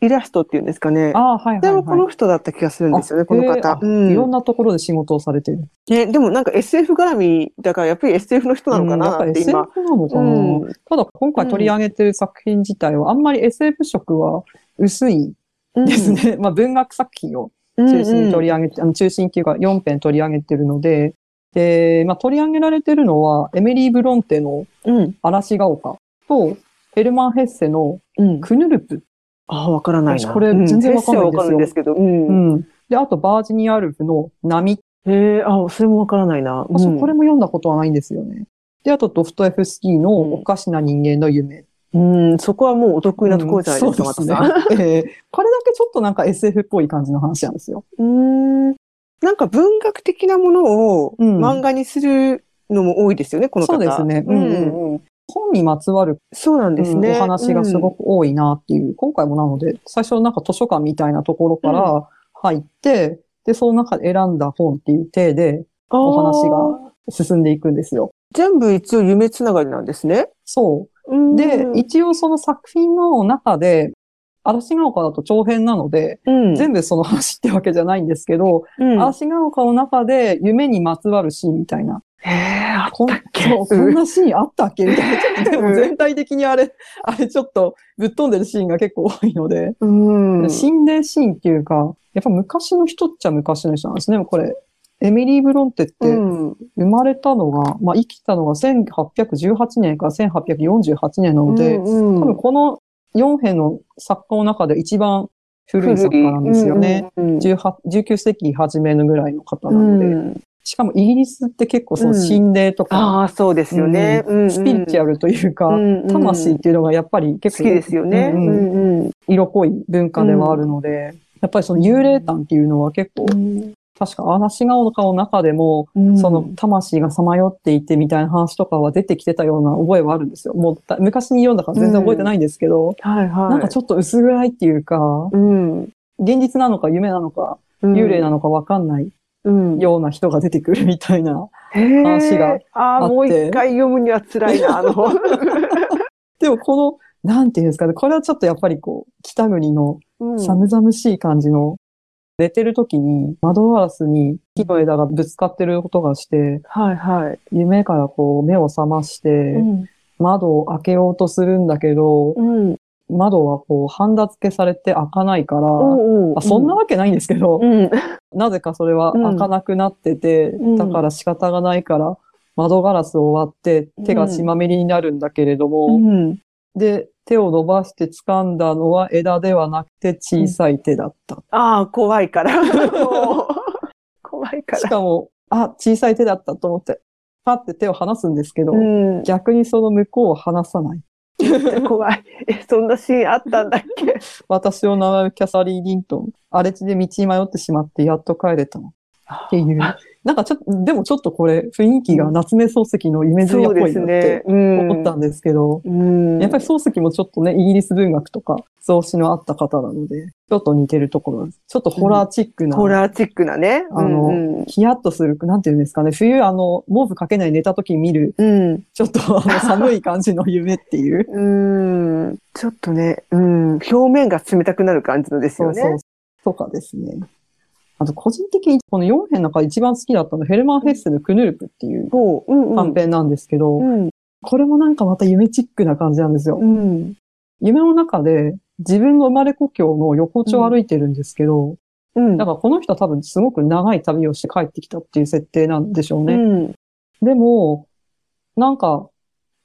Speaker 2: イラストっていうんですかね。
Speaker 1: ああ、はいはい、はい。
Speaker 2: でもこの人だった気がするんですよね、この
Speaker 1: へー
Speaker 2: 方
Speaker 1: あ。
Speaker 2: うん
Speaker 1: いろんなところで仕事をされてる。
Speaker 2: ね、でもなんか SF 絡みだからやっぱり SF の人なのか
Speaker 1: うんやっ
Speaker 2: な
Speaker 1: ぱ
Speaker 2: って
Speaker 1: SF
Speaker 2: 今。
Speaker 1: なのかな、
Speaker 2: うん
Speaker 1: ただ今回取り上げてる作品自体はあんまり SF 色は薄いです。ね。 *laughs* まあ文学作品を
Speaker 2: うん
Speaker 1: 中心に取り上げて、あの中心っていうか4編取り上げてるので、で、まあ取り上げられてるのはエメリー・ブロンテの
Speaker 2: うん。
Speaker 1: 嵐が丘とヘルマン・ヘッセの
Speaker 2: うん。
Speaker 1: クヌルプ
Speaker 2: ああ、わからないな。
Speaker 1: 私これ全然わかんないんですよ
Speaker 2: うん拙者はわかるんですけど。う。
Speaker 1: うんん。で、あと、バージニアルフの波。
Speaker 2: へえ、あそれもわからないな。
Speaker 1: 私、これ
Speaker 2: も。
Speaker 1: も読んだことはないんですよね。で、あと、ドフトエフスキーの
Speaker 2: うん
Speaker 1: おかしな人間の夢。
Speaker 2: うん、そこはもうお得意なところじゃないですか、
Speaker 1: うんそ
Speaker 2: 松田
Speaker 1: うですね
Speaker 2: さん。。
Speaker 1: ええこれだけちょっとなんか SF っぽい感じの話なんですよ。
Speaker 2: うん。なんか文学的なものを
Speaker 1: うん
Speaker 2: 漫画にするのも多いですよね、この方。
Speaker 1: そうですね。う
Speaker 2: うんん。
Speaker 1: うんうん。本にまつわる、
Speaker 2: そうなんですね。
Speaker 1: うんお話がすご
Speaker 2: く。
Speaker 1: く多いなっていう。今回もなので、最初なんか図書館みたいなところから入って、で、その中で選んだ本っていう体でお話
Speaker 2: あー
Speaker 1: が進んでいくんですよ。
Speaker 2: 全部一応夢つながりなんですね。
Speaker 1: そう。
Speaker 2: うん
Speaker 1: で、一応その作品の中で、嵐ヶ丘だと長編なので、
Speaker 2: うん
Speaker 1: 全部その話ってわけじゃないんですけど、
Speaker 2: うん
Speaker 1: 嵐ヶ丘の中で夢にまつわるシーンみたいな。
Speaker 2: へえ、あ
Speaker 1: こん
Speaker 2: け
Speaker 1: そうこんなシーンあったっけみたいな。ちょっとで
Speaker 2: う
Speaker 1: も
Speaker 2: ん
Speaker 1: 全体的にあれ、 *laughs* あれちょっとぶっ飛んでるシーンが結構多いので、
Speaker 2: うん。
Speaker 1: 心霊シーンっていうか、やっぱ昔の人っちゃ昔の人なんですね。これ、エミリー・ブロンテって
Speaker 2: うん。
Speaker 1: 生まれたのが、まあ生きたのが1818年から1848年なので、
Speaker 2: うんうん
Speaker 1: 多分この4編の作家の中で一番古い作家なんですよね。。
Speaker 2: うんうん
Speaker 1: 18 19世紀初めのぐらいの方
Speaker 2: う
Speaker 1: なので、
Speaker 2: ん、
Speaker 1: しかもイギリスって結構その
Speaker 2: うん
Speaker 1: 心霊とか、
Speaker 2: ああ、そうですよね。うん
Speaker 1: スピリチュアルというか、
Speaker 2: ル
Speaker 1: 魂っていうのがやっぱり
Speaker 2: 好
Speaker 1: 結
Speaker 2: き
Speaker 1: 構
Speaker 2: ですよね。
Speaker 1: うんうん
Speaker 2: うん
Speaker 1: 色濃い文化ではあるので、やっぱりその幽霊譚っていうのは結構、
Speaker 2: うん
Speaker 1: 確か嵐が丘の中でも、
Speaker 2: うん
Speaker 1: その魂がさまよっていてみたいな話とかは出てきてたような覚えはあるんですよ。もうだ昔に読んだから全然覚えてないんですけど、
Speaker 2: はいはい。
Speaker 1: なんかちょっと薄暗いっていうか、
Speaker 2: うん、
Speaker 1: 現実なのか夢なのか、
Speaker 2: うん
Speaker 1: 幽霊なのかわかんない
Speaker 2: うん
Speaker 1: ような人が出てくるみたいな。
Speaker 2: へー
Speaker 1: 話があって
Speaker 2: ああ、もう一回読むには辛い
Speaker 1: *laughs*
Speaker 2: な、あの。
Speaker 1: でもこの、なんていうんですかね、これはちょっとやっぱりこう、北国の
Speaker 2: うん
Speaker 1: 寒々しい感じの、寝てる時に窓ガラスに木の枝がぶつかってる音がして、
Speaker 2: はいはい。
Speaker 1: 夢からこう目を覚まして、
Speaker 2: うん
Speaker 1: 窓を開けようとするんだけど、
Speaker 2: うん。
Speaker 1: 窓はこう、ハンダ付けされて開かないから、
Speaker 2: おうおう
Speaker 1: あそんなわけないんですけど、
Speaker 2: うん。
Speaker 1: なぜかそれは
Speaker 2: うん
Speaker 1: 開かなくなってて、
Speaker 2: うん
Speaker 1: だから仕方がないから、窓ガラスを割って手が血まみれになるんだけれども、
Speaker 2: うん
Speaker 1: で、手を伸ばして掴んだのは枝ではなくて小さい手だった。
Speaker 2: ああ、怖いから。もう *laughs* 怖いか
Speaker 1: し
Speaker 2: ら。
Speaker 1: かも、あ、小さい手だったと思って、パって手を離すんですけど、
Speaker 2: うん、
Speaker 1: 逆にその向こうを離さない。
Speaker 2: 怖い。え、そんなシーンあったんだっけ
Speaker 1: 私を名前るキャサリー・リントン、荒れ地で道に迷ってしまってやっと帰れたの。っていう。なんかちょっと、でもちょっとこれ、雰囲気が夏目漱石の夢釣り
Speaker 2: そ
Speaker 1: っ
Speaker 2: う
Speaker 1: ぽ
Speaker 2: で
Speaker 1: い
Speaker 2: す
Speaker 1: なっ
Speaker 2: ね
Speaker 1: て。
Speaker 2: うん。
Speaker 1: 思ったんですけど、
Speaker 2: うん。
Speaker 1: やっぱり漱石もちょっとね、イギリス文学とか、造詞のあった方なので、ちょっと似てるところなんです。ちょっとホラーチックな、
Speaker 2: ホラーチックなね。
Speaker 1: あの
Speaker 2: うん
Speaker 1: ヒヤッとする、なんていうんですかね、冬あの、毛布かけない寝た時に見る、
Speaker 2: うん。
Speaker 1: ちょっとあの寒い感じの夢って
Speaker 2: *laughs*
Speaker 1: いう。
Speaker 2: うん。うんちょっとね、うん。表面が冷たくなる感じのですよね。
Speaker 1: そう。とかですね。あと、個人的にこの4編の中で一番好きだったのは、ヘルマン・ヘッセのクヌルプっていう
Speaker 2: ほう。うん、うん。
Speaker 1: 短編なんですけど、
Speaker 2: うん。
Speaker 1: これもなんかまた夢チックな感じなんですよ。
Speaker 2: うん。
Speaker 1: 夢の中で自分の生まれ故郷の横丁を歩いてるんですけど、
Speaker 2: うん。
Speaker 1: だからこの人は多分すごく長い旅をして帰ってきたっていう設定なんでしょうね。
Speaker 2: うん。
Speaker 1: でも、なんか、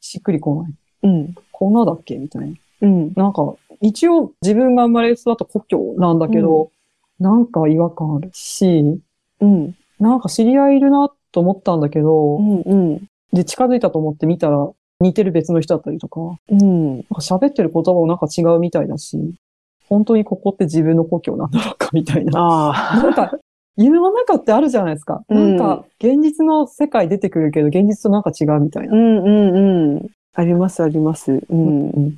Speaker 1: しっくりこない。
Speaker 2: うん。
Speaker 1: こんなだっけみたいな。
Speaker 2: うん。
Speaker 1: なんか、一応自分が生まれ育った故郷なんだけど、なんか違和感あるし、
Speaker 2: うん。
Speaker 1: なんか知り合いいるなと思ったんだけど、
Speaker 2: うん。うん。
Speaker 1: で、近づいたと思って見たら、似てる別の人だったりとか、
Speaker 2: うん。
Speaker 1: なんか喋ってる言葉もなんか違うみたいだし、本当にここって自分の故郷なんだろうかみたいな。
Speaker 2: ああ。
Speaker 1: なんか、夢の中ってあるじゃないですか。
Speaker 2: うん
Speaker 1: なんか、現実の世界出てくるけど、現実となんか違うみたいな
Speaker 2: う。んうんうん。ありますあります。うん。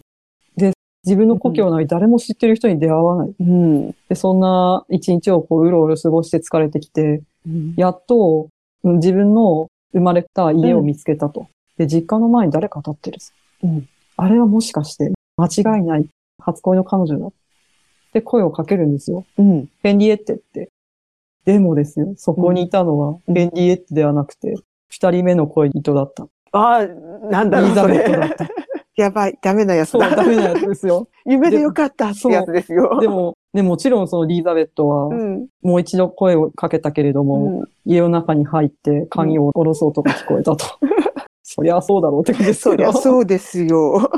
Speaker 1: 自分の故郷なのに誰も知ってる人に出会わない。
Speaker 2: うん。
Speaker 1: で、そんな一日をこう、うろうろ過ごして疲れてきて、
Speaker 2: うん
Speaker 1: やっと、うん自分の生まれた家を見つけたと。で、実家の前に誰か立ってる。
Speaker 2: うん
Speaker 1: あれはもしかして、間違いない。初恋の彼女だ。って声をかけるんですよ。
Speaker 2: うん。
Speaker 1: ヘンリエッテって。でもですよ、そこにいたのは、
Speaker 2: うん
Speaker 1: ヘンリエッテではなくて、二人目の恋人だった。
Speaker 2: ああ、なんだ
Speaker 1: エ
Speaker 2: ろ
Speaker 1: リ
Speaker 2: う
Speaker 1: ザ
Speaker 2: そ
Speaker 1: ベットだっ
Speaker 2: *laughs* れ。
Speaker 1: た。
Speaker 2: やばい、ダメなやつ
Speaker 1: そう、ダ
Speaker 2: だ。
Speaker 1: メなやつですよ。
Speaker 2: 夢でよかったってやつですよ。
Speaker 1: でも、ね、もちろんそのリーザベットは
Speaker 2: う、ん。
Speaker 1: もう一度声をかけたけれども、
Speaker 2: うん
Speaker 1: 家の中に入って鍵を下ろそうとか聞こえたと。そりゃそうだろうって感じです
Speaker 2: そ
Speaker 1: け
Speaker 2: りゃ
Speaker 1: ど。
Speaker 2: そうですよ。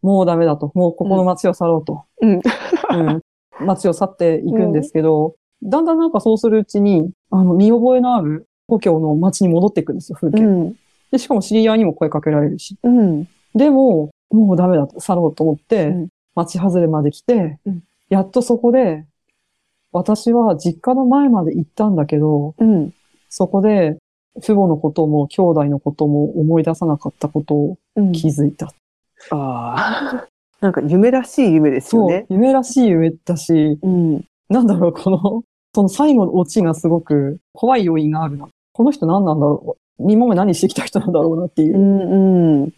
Speaker 1: もうダメだと。もうここの街を去ろうと。
Speaker 2: う
Speaker 1: う
Speaker 2: ん。
Speaker 1: ん、街を去っていくんですけど、だんだんなんかそうするうちに、あの、見覚えのある故郷の街に戻っていくんですよ、風景。
Speaker 2: うん。
Speaker 1: で、しかも知り合いにも声かけられるし。
Speaker 2: うん。
Speaker 1: でも、もうダメだと、去ろうと思って、
Speaker 2: うん
Speaker 1: 町外れまで来て、
Speaker 2: うん
Speaker 1: やっとそこで、私は実家の前まで行ったんだけど、
Speaker 2: うん。
Speaker 1: そこで、父母のことも兄弟のことも思い出さなかったことを
Speaker 2: うん。
Speaker 1: 気づいた。
Speaker 2: ああ。 *laughs* なんか夢らしい夢ですよ
Speaker 1: そう、
Speaker 2: ね。
Speaker 1: 夢らしい夢だし、
Speaker 2: うん。
Speaker 1: なんだろう、この、 *laughs* その最後のオチがすごく怖い要因があるな。この人何なんだろう。2問目何してきた人なんだろうなっていうう。
Speaker 2: んうん。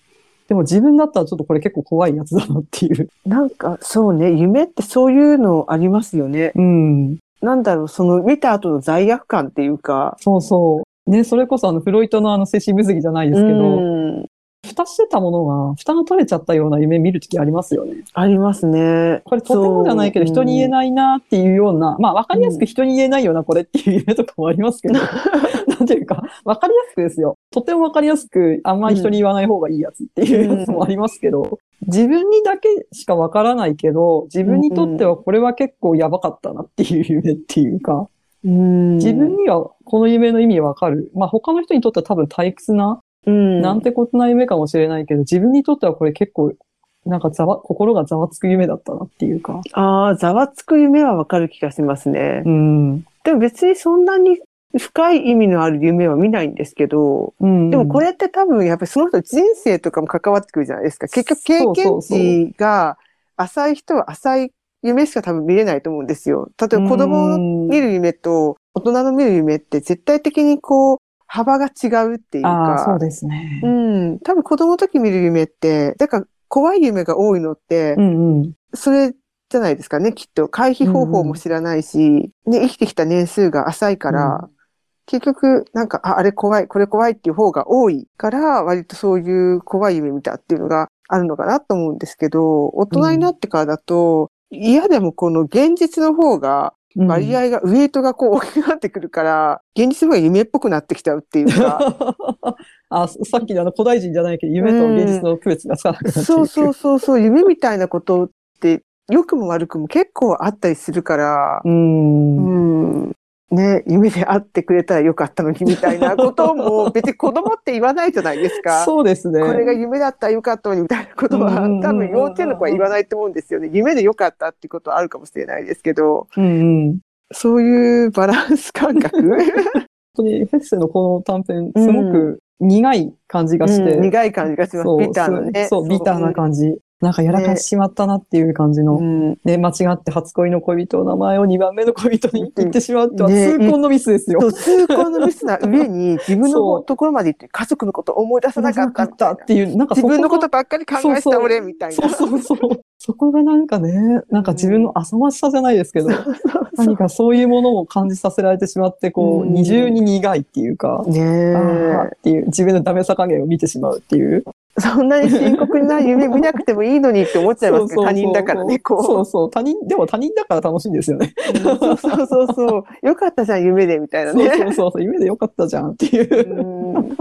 Speaker 1: でも自分だったらちょっとこれ結構怖いやつだなっていう。
Speaker 2: なんか、そうね、夢ってそういうのありますよね。
Speaker 1: うん。
Speaker 2: なんだろう、その見た後の罪悪感っていうか。
Speaker 1: そうそう。ね、それこそあの、フロイトのあの、精神分析じゃないですけど、
Speaker 2: うん
Speaker 1: 蓋してたものが、蓋が取れちゃったような夢見るときありますよね。
Speaker 2: ありますね。
Speaker 1: これとてもじゃないけど、
Speaker 2: そう
Speaker 1: 人に言えないなっていうような、まあ、わかりやす
Speaker 2: う
Speaker 1: く人に言えないような、これっていう夢とかもありますけど、 *laughs* なんていうか、わかりやすくですよ。とてもわかりやすく、あんまり人に言わない方がいいやつっていうやつもありますけど、自分にだけしかわからないけど、自分にとってはこれは結構やばかったなっていう夢っていうか、
Speaker 2: うん
Speaker 1: 自分にはこの夢の意味わかる。まあ他の人にとっては多分退屈な、
Speaker 2: うん
Speaker 1: なんてことない夢かもしれないけど、自分にとってはこれ結構、なんかざわ、心がざわつく夢だったなっていうか。
Speaker 2: ああ、ざわつく夢はわかる気がしますね。
Speaker 1: うん。
Speaker 2: でも別にそんなに深い意味のある夢は見ないんですけど、
Speaker 1: うん。
Speaker 2: でもこれって多分やっぱりその人の人生とかも関わってくるじゃないですか。結局経
Speaker 1: そうそう
Speaker 2: 験
Speaker 1: そう
Speaker 2: 値が浅い人は浅い夢しか多分見れないと思うんですよ。例えば子供の見
Speaker 1: る
Speaker 2: る夢と大人の見る夢って絶対的にこう幅が違うっていう
Speaker 1: ああ、そう
Speaker 2: か、
Speaker 1: ですね
Speaker 2: う。ん、多分子供の時見る夢って、だから怖い夢が多いのって、
Speaker 1: うんうん。
Speaker 2: それじゃないですかね、きっと。回避方法も知らないし、ね、生きてきた年数が浅いから、結局、なんか、あ、あれ怖い、これ怖いっていう方が多いから、割とそういう怖い夢見たっていうのがあるのかなと思うんですけど、大人になってからだと、嫌でもこの現実の方が
Speaker 1: うん
Speaker 2: 割合が、ウェイトがこう大きくなってくるから、現実が夢っぽくなってきちゃうっていうか、
Speaker 1: *laughs* あ、さっきのあの古代人じゃないけど、夢と現実の区別がつかなくなっていく。
Speaker 2: そうそうそうそう、夢みたいなことって、良くも悪くも結構あったりするから、
Speaker 1: うん。
Speaker 2: うん、ね、夢で会ってくれたらよかったのにみたいなことも、別に子供って言わないじゃないですか。
Speaker 1: *laughs* そうですね。
Speaker 2: これが夢だったらよかったのにみたいなことは
Speaker 1: うんうんうんうんうん、
Speaker 2: 多分幼稚園の子は言わないと思うんですよね。夢でよかったっていうことはあるかもしれないですけど、
Speaker 1: うんうん。
Speaker 2: そういうバランス
Speaker 1: *laughs*
Speaker 2: 感覚
Speaker 1: 本当にフェッセのこの短編、すごく苦い感じがして。
Speaker 2: うん苦い感じがします
Speaker 1: そ。う
Speaker 2: ビターなね。
Speaker 1: そう、ビターな感じ。なんかやらかしてしまったなっていう感じの。
Speaker 2: うん
Speaker 1: ね、間違って初恋の恋人の名前を2番目の恋人に言ってしまうっては
Speaker 2: ね
Speaker 1: 痛恨のミスですよ。
Speaker 2: そう通行のミスな上に自分
Speaker 1: そ
Speaker 2: の
Speaker 1: う
Speaker 2: ところまで行って家族のことを思い出さなかったみたいな
Speaker 1: っていう、なんかそ
Speaker 2: 自
Speaker 1: こが
Speaker 2: 分のことばっかり考えて
Speaker 1: そうそ
Speaker 2: た
Speaker 1: う
Speaker 2: 俺みたい
Speaker 1: そ
Speaker 2: な
Speaker 1: う。そうそう。そこがなんかね、なんか自分の浅ましさじゃないですけど、何かそういうものを感じさせられてしまって、こう、
Speaker 2: うん
Speaker 1: 二重に苦いっていうか、
Speaker 2: ね
Speaker 1: あ
Speaker 2: え
Speaker 1: ーっていう、自分のダメさ加減を見てしまうっていう。
Speaker 2: そんなに深刻な夢見なくてもいいのにって思っちゃいますけど、他人だからね、こう。
Speaker 1: そうそう。他人、でも他人だから楽しいんですよね。
Speaker 2: そうそうそうそう。よかったじゃん、夢で、みたいな
Speaker 1: そうそ
Speaker 2: ね。
Speaker 1: うそうそう。夢でよかったじゃんっていう。
Speaker 2: うん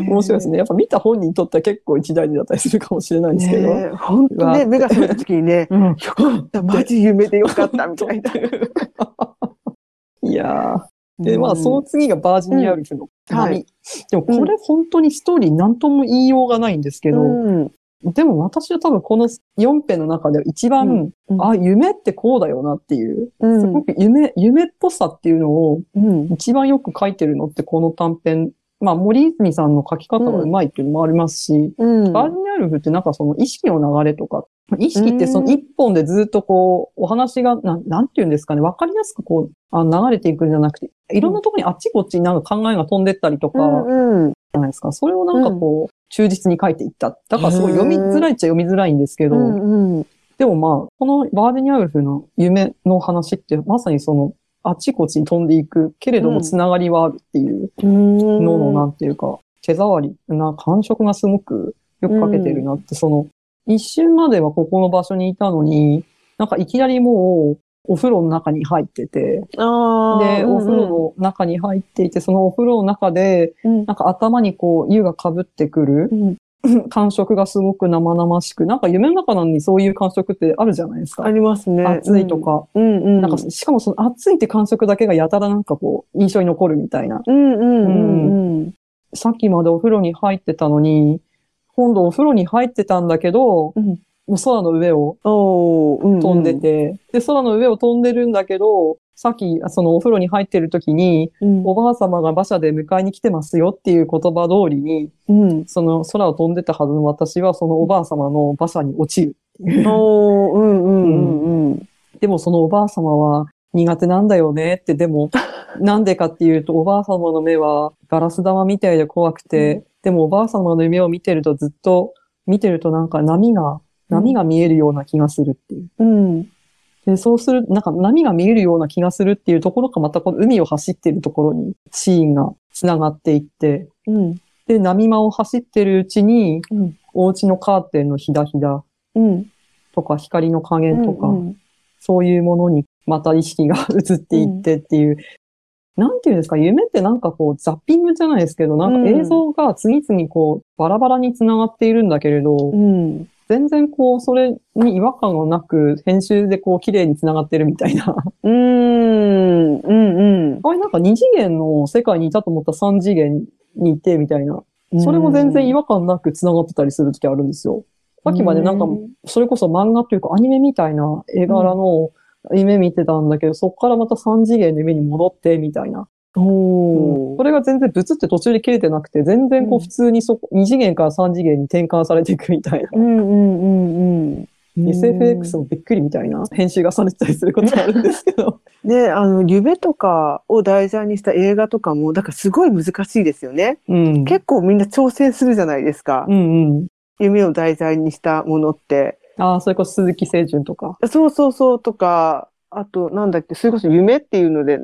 Speaker 1: 面白いですね。やっぱ見た本人にとっては結構一大事だったりするかもしれないんですけど。
Speaker 2: ねえ本当ね、目が覚めた時にね、
Speaker 1: うん。
Speaker 2: よかった、マジ夢でよかった、みたいな。
Speaker 1: *laughs* いやー。で、まあ、その次がバージニアルフの
Speaker 2: うんは
Speaker 1: 波
Speaker 2: い。
Speaker 1: でも、これ本当にストーリー何とも言いようがないんですけ
Speaker 2: け
Speaker 1: ど、
Speaker 2: うん、
Speaker 1: でも私は多分この4編の中では一番、
Speaker 2: うん
Speaker 1: あ、夢ってこうだよなっていう、
Speaker 2: う
Speaker 1: すご
Speaker 2: ん、
Speaker 1: く夢、夢っぽさっていうのを
Speaker 2: うん、
Speaker 1: 一番よく書いてるのってこの短編。まあ、森泉さんの書き方がうまいっていうのもありますし、
Speaker 2: うん。
Speaker 1: バージニアルフってなんかその意識の流れとか、意識ってその一本でずっとこう、お話が、なん、なんて言うんですかね、わかりやすくこう、あ流れていくんじゃなくて、いろんなところにあっちこっちになんか考えが飛んでったりとか、じ
Speaker 2: うん、
Speaker 1: ゃないですか。それをなんかこう、忠実に書いていった。だからすごい読みづらいっちゃ読みづらいんですけ
Speaker 2: う
Speaker 1: ど、
Speaker 2: ん、うん。
Speaker 1: でもまあ、このバージニアウルフの夢の話って、まさにその、あちこちに飛んでいくけれど
Speaker 2: う
Speaker 1: も、
Speaker 2: ん
Speaker 1: つながりはあるっていうの
Speaker 2: 脳
Speaker 1: の、なんていうか、手触りな感触がすごくよくかけてるなって、その、一瞬まではここの場所にいたのに、なんかいきなりもう、お風呂の中に入ってて、
Speaker 2: あー
Speaker 1: で、お風呂の中に入っていて、そのお風呂の中で、
Speaker 2: うん
Speaker 1: なんか頭にこう、湯が被ってくる
Speaker 2: うん
Speaker 1: 感触がすごく生々しく、なんか夢の中なのにそういう感触ってあるじゃないですか
Speaker 2: あ。りますね。
Speaker 1: 暑いとか、
Speaker 2: うん、うん、うん。
Speaker 1: なんか、しかもその暑いって感触だけがやたらなんかこう、印象に残るみたいな。
Speaker 2: うん、うん、うん、うん。
Speaker 1: さっきまでお風呂に入ってたのに、今度お風呂に入ってたんだけど、
Speaker 2: うん
Speaker 1: もう空の上を
Speaker 2: おーうん、
Speaker 1: 飛んでて、で、空の上を飛んでるんだけど、さっき、そのお風呂に入ってる時に、
Speaker 2: うん、
Speaker 1: おばあ様が馬車で迎えに来てますよっていう言葉通りに、
Speaker 2: うん。
Speaker 1: その空を飛んでたはずの私は、そのおばあ様の馬車に落ちる。
Speaker 2: おーうんうんうんうん。
Speaker 1: でもそのおばあ様は苦手なんだよねって、で
Speaker 2: *laughs*
Speaker 1: も、なんでかっていうと、おばあ様の目はガラス玉みたいで怖くて、
Speaker 2: う
Speaker 1: でもおばあ様の夢を見てるとずっと、見てるとなんか波が、波が見えるような気がするっていう。
Speaker 2: うん。
Speaker 1: で、そうする、なんか波が見えるような気がするっていうところか、またこの海を走ってるところにシーンが繋がっていって、
Speaker 2: うん。
Speaker 1: で、波間を走ってるうちに、
Speaker 2: うん
Speaker 1: お家のカーテンのひだひだ
Speaker 2: うん。
Speaker 1: とか光の加
Speaker 2: う
Speaker 1: 減
Speaker 2: ん。
Speaker 1: とか、そういうものにまた意識が移っていってっていう、なんていうんですか、夢ってなんかこう、ザッピングじゃないですけど、なんか映像が次々こう、バラバラに繋がっているんだけれど、
Speaker 2: うん。
Speaker 1: 全然こう、それに違和感がなく、編集でこう、綺麗に繋がってるみたい
Speaker 2: *laughs*
Speaker 1: な。
Speaker 2: うん。うん。
Speaker 1: あれなんか2次元の世界にいたと思った3次元にいてみたいな。
Speaker 2: うん。
Speaker 1: それも全然違和感なく繋がってたりする時あるんですよ。さっきまでなんか
Speaker 2: うん
Speaker 1: それこそ漫画というかアニメみたいな絵柄の夢見てたんだけど、そこからまた3次元の夢に戻ってみたいな。こ
Speaker 2: おー
Speaker 1: れが全然ブツって途中で切れてなくて、全然こう
Speaker 2: うん
Speaker 1: 普通にそこ、2次元から3次元に転換されていくみたいな。
Speaker 2: うんうんうんうん。
Speaker 1: SFX もびっくりみたいな編集がされてたりすることがあるんですけど。
Speaker 2: で、あの、夢とかを題材にした映画とかも、だからすごい難しいですよね。
Speaker 1: うん。
Speaker 2: 結構みんな挑戦するじゃないですか。
Speaker 1: うんうん。
Speaker 2: 夢を題材にしたものって。
Speaker 1: ああ、それこそ鈴木清純とか。
Speaker 2: そうそうそうとか、あと、なんだっけ、それこそ夢っていうので、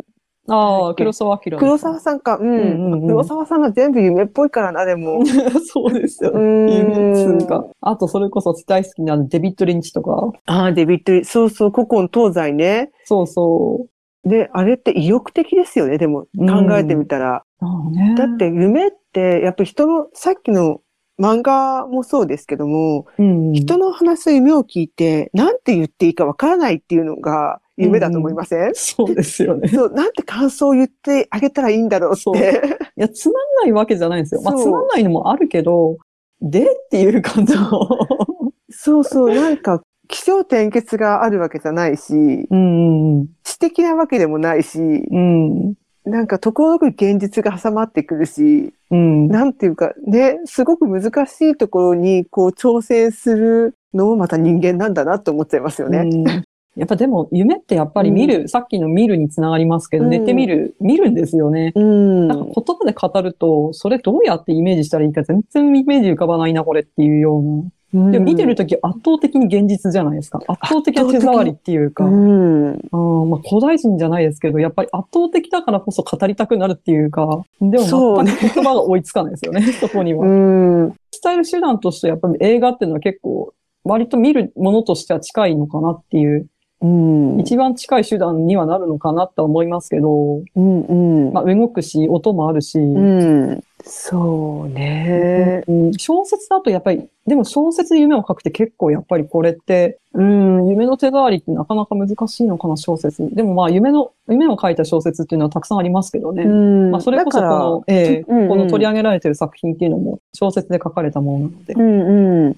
Speaker 1: あ
Speaker 2: だ
Speaker 1: あ、
Speaker 2: っけ
Speaker 1: 黒沢明。
Speaker 2: 黒沢さんか、うん。
Speaker 1: うんうんうん
Speaker 2: 黒沢さんが全部夢っぽいからな、
Speaker 1: *laughs*
Speaker 2: でも。
Speaker 1: そうですよ
Speaker 2: う
Speaker 1: ね。
Speaker 2: ん
Speaker 1: 夢通か。あと、それこそ大好きなデビッド・リンチとか。
Speaker 2: ああ、デビッドリ、そうそう、古今東西ね。
Speaker 1: そうそ
Speaker 2: で、あれって意欲的ですよね、でも
Speaker 1: うん
Speaker 2: 考えてみたら。
Speaker 1: そうね。
Speaker 2: だっ、て夢って、やっぱり人の、さっきの漫画もそうですけども、
Speaker 1: うん、
Speaker 2: 人の話の夢を聞いて、なんて言っていいかわからないっていうのが夢だと思いませ *laughs* ん、
Speaker 1: そうですよね。い
Speaker 2: そう、なんて感想を言ってあげたらいいんだろうっ
Speaker 1: そう
Speaker 2: て。
Speaker 1: や、つま *laughs* んないわけじゃないんですよ。まあ、
Speaker 2: そう
Speaker 1: つまんないのもあるけど、でっていう感じの。
Speaker 2: そうそう、なんか、気象転結があるわけじゃないし、
Speaker 1: うん、うん、
Speaker 2: 知的なわけでもないし、
Speaker 1: うん、
Speaker 2: なんか、ところどころ現実が挟まってくるし、
Speaker 1: うん。
Speaker 2: なんていうか、ね、すごく難しいところに、こう、挑戦するのもまた人間なんだなと思っちゃいますよね。
Speaker 1: うんやっぱでも夢ってやっぱり見る、さっきの見るにつながりますけど、
Speaker 2: うん
Speaker 1: 寝て見る、見るんですよね。
Speaker 2: うん。
Speaker 1: なんか言葉で語ると、それどうやってイメージしたらいいか全然イメージ浮かばないな、これっていうよう
Speaker 2: うん
Speaker 1: な。でも見てるとき圧倒的に現実じゃないですか。圧倒的な手触りっていうか、
Speaker 2: うん。
Speaker 1: うんまあ、古代人じゃないですけど、やっぱり圧倒的だからこそ語りたくなるっていうか、で
Speaker 2: そ
Speaker 1: も
Speaker 2: うね
Speaker 1: 全く言葉が追いつかないですよね、 *laughs* そこには。
Speaker 2: うん。
Speaker 1: 伝える手段としてやっぱり映画っていうのは結構、割と見るものとしては近いのかなっていう
Speaker 2: うん。
Speaker 1: 一番近い手段にはなるのかなとは思いますけど、
Speaker 2: うん。
Speaker 1: まあ、動くし、音もあるし、
Speaker 2: うん。そうね。
Speaker 1: うん小説だとやっぱり、でも小説で夢を書くって結構やっぱりこれって、うん、夢の手触りってなかなか難しいのかな、小説。でもまあ、夢の、夢を書いた小説っていうのはたくさんありますけどね。
Speaker 2: うん
Speaker 1: まあ、それこそこ
Speaker 2: だから
Speaker 1: の、ええ
Speaker 2: うんうん
Speaker 1: この取り上げられてる作品っていうのも小説で書かれたものなので。
Speaker 2: うんう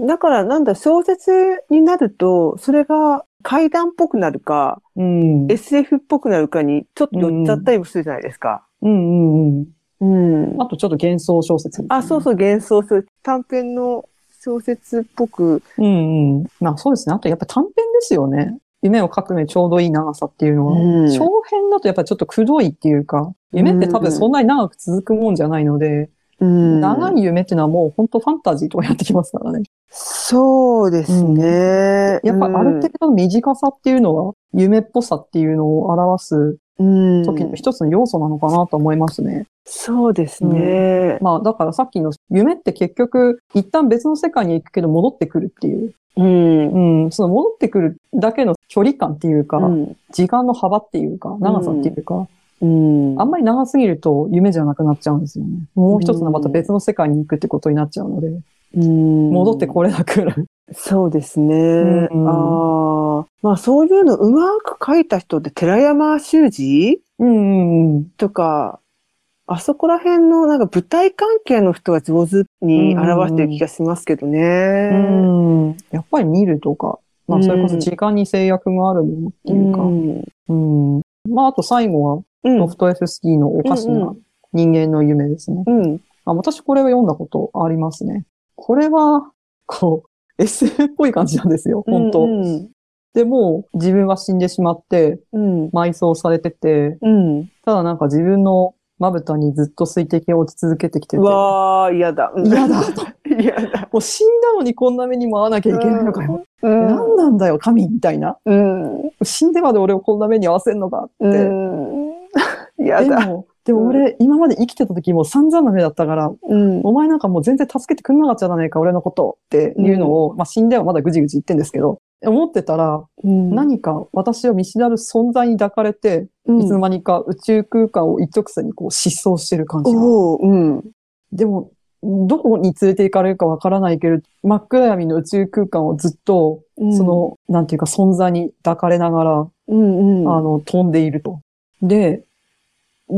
Speaker 2: ん。だから、なんだ、小説になると、それが怪談っぽくなるか、
Speaker 1: うん。
Speaker 2: SF っぽくなるかに、ちょっと寄っちゃったりもするじゃないですか。
Speaker 1: うんうんうん。
Speaker 2: うん。
Speaker 1: あとちょっと幻想小説みたい
Speaker 2: あ、
Speaker 1: な
Speaker 2: そうそう、幻想する。短編の小説っぽく。
Speaker 1: うんうん。まあそうですね。あとやっぱ短編ですよね。夢を書くのにちょうどいい長さっていうのは。
Speaker 2: うん
Speaker 1: 長編だとやっぱちょっとくどいっていうか、夢って多分そんなに長く続くもんじゃないので、
Speaker 2: うん
Speaker 1: 長い夢っていうのはもう本当ファンタジーとかやってきますからね。
Speaker 2: そうですね。
Speaker 1: やっぱある程度の短さっていうのは、夢っぽさっていうのを表す
Speaker 2: うん
Speaker 1: 時
Speaker 2: う
Speaker 1: の
Speaker 2: ん
Speaker 1: 一つの要素なのかなと思いますね。
Speaker 2: そうですね。
Speaker 1: まあだからさっきの夢って結局一旦別の世界に行くけど戻ってくるっていう。
Speaker 2: うん。
Speaker 1: うん。その戻ってくるだけの距離感っていうか、
Speaker 2: うん
Speaker 1: 時間の幅っていうか、長さっていうか、
Speaker 2: うん
Speaker 1: あんまり長すぎると夢じゃなくなっちゃうんですよね。もう一つのまた別の世界に行くってことになっちゃうので、
Speaker 2: うん
Speaker 1: 戻ってこれなくなる。
Speaker 2: そうですね。
Speaker 1: ん
Speaker 2: ああ。まあそういうのうまく書いた人って寺山修司
Speaker 1: うんうん
Speaker 2: とか、あそこら辺のなんか舞台関係の人は上手に表してる気がしますけど
Speaker 1: う
Speaker 2: ね。
Speaker 1: ん。うん。やっぱり見るとか、ま
Speaker 2: う
Speaker 1: あ
Speaker 2: ん
Speaker 1: それこそ時間に制約があるものって
Speaker 2: う
Speaker 1: いうんか、うん。まああと最後は
Speaker 2: うん
Speaker 1: ロフトエフスキーのおかしな人間の夢ですね。
Speaker 2: うん。
Speaker 1: あ私これを読んだことありますね。これは、こう、SF *laughs* っぽい感じなんですよ、本当、
Speaker 2: うん。
Speaker 1: で、もう自分は死んでしまって、
Speaker 2: うん。
Speaker 1: 埋葬されてて、
Speaker 2: うん。
Speaker 1: ただなんか自分のまぶたにずっと水滴が落ち続けてきて
Speaker 2: う
Speaker 1: て、も
Speaker 2: わー、嫌だ。
Speaker 1: *laughs* 嫌だ
Speaker 2: *laughs*
Speaker 1: と。
Speaker 2: 嫌だ。
Speaker 1: う死んだのにこんな目にも遭わなきゃいけないのかよ。
Speaker 2: う
Speaker 1: 何
Speaker 2: ん。
Speaker 1: なんだよ、神みたいな。
Speaker 2: うん。
Speaker 1: 死んでまで俺をこんな目に遭わせんのかって。
Speaker 2: うん。 *laughs* 嫌
Speaker 1: で
Speaker 2: だ。
Speaker 1: も、でも俺、今まで生きてた時もう散々な目だったから、
Speaker 2: うん。
Speaker 1: お前なんかもう全然助けてくんなかったじゃないか、俺のことっていうのを、まあ死んではまだぐじぐじ言ってんですけど、思ってたら、
Speaker 2: 何
Speaker 1: 何か私を見知らぬ存在に抱かれて、いつの間にか宇宙空間を一直線にこう失踪してる感じが。
Speaker 2: おおうん。
Speaker 1: でも、どこに連れて行かれるかわからないけれど、真っ暗闇の宇宙空間をずっと、その、なんていうか存在に抱かれながら、
Speaker 2: うん、うん。
Speaker 1: あの、飛んでいると。で、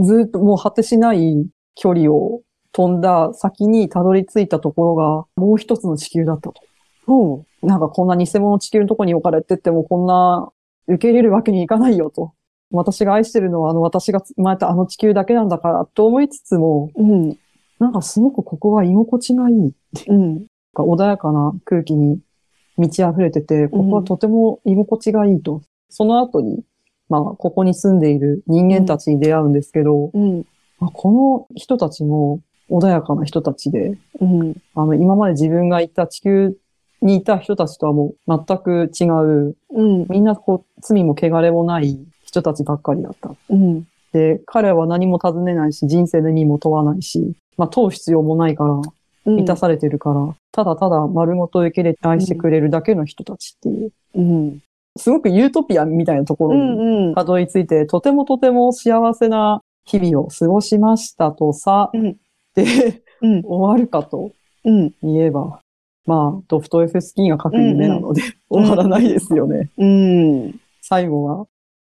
Speaker 1: ずっともう果てしない距離を飛んだ先にたどり着いたところが、もう一つの地球だったと。
Speaker 2: おう
Speaker 1: なんかこんな偽物地球のとこに置かれてってもこんな受け入れるわけにいかないよと。私が愛してるのはあの私が生まれたあの地球だけなんだからと思いつつも、
Speaker 2: うん。
Speaker 1: なんかすごくここは居心地がいい。なん
Speaker 2: うん。
Speaker 1: か穏やかな空気に満ち溢れてて、ここはとても居心地がいいと。その後に、まあ、ここに住んでいる人間たちに出会うんですけど、
Speaker 2: うん。
Speaker 1: まあこの人たちも穏やかな人たちで、
Speaker 2: うん。
Speaker 1: あの、今まで自分がいた地球にいた人たちとはもう全く違う、
Speaker 2: うん。
Speaker 1: みんなこう、罪も汚れもない人たちばっかりだった。
Speaker 2: うん。
Speaker 1: で、彼は何も尋ねないし、人生の意味も問わないし、まあ、問う必要もないから、満たされてるから、ただただ丸ごと受け入れて愛してくれるだけの人たちっていう。
Speaker 2: うん。
Speaker 1: すごくユートピアみたいなとこ
Speaker 2: う
Speaker 1: ろに
Speaker 2: んうん。
Speaker 1: たどり着いて、とてもとても幸せな日々を過ごしましたとさ、
Speaker 2: うん
Speaker 1: で、
Speaker 2: うん
Speaker 1: 終わるかと
Speaker 2: うん
Speaker 1: 言えば、まあ、ドフト F スキーが書く夢なので、
Speaker 2: うん
Speaker 1: 終わらないですよね。
Speaker 2: うん。
Speaker 1: 最後は、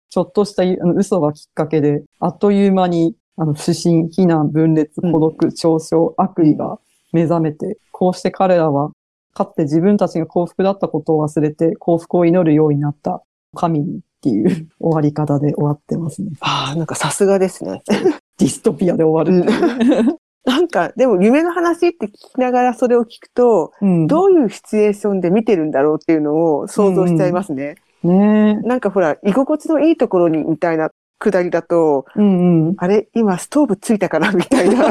Speaker 1: ちょっとしたあの嘘がきっかけで、あっという間に、あの、不信、非難、分裂、
Speaker 2: うん
Speaker 1: 孤独、嘲笑、悪意が目覚めて、こうして彼らは、かつて自分たちが幸福だったことを忘れて、幸福を祈るようになった神にっていう終わり方で終わってますね。
Speaker 2: ああ、なんかさすがですね。
Speaker 1: ディストピアで終わる。
Speaker 2: なんか、でも夢の話って聞きながらそれを聞くと、
Speaker 1: うん
Speaker 2: どういうシチュエーションで見てるんだろうっていうのを想像しちゃいますね。
Speaker 1: ね
Speaker 2: なんかほら、居心地のいいところにみたいな下りだと、
Speaker 1: え。うんうん。 *laughs*
Speaker 2: あれ今ストーブついたかなみたいな。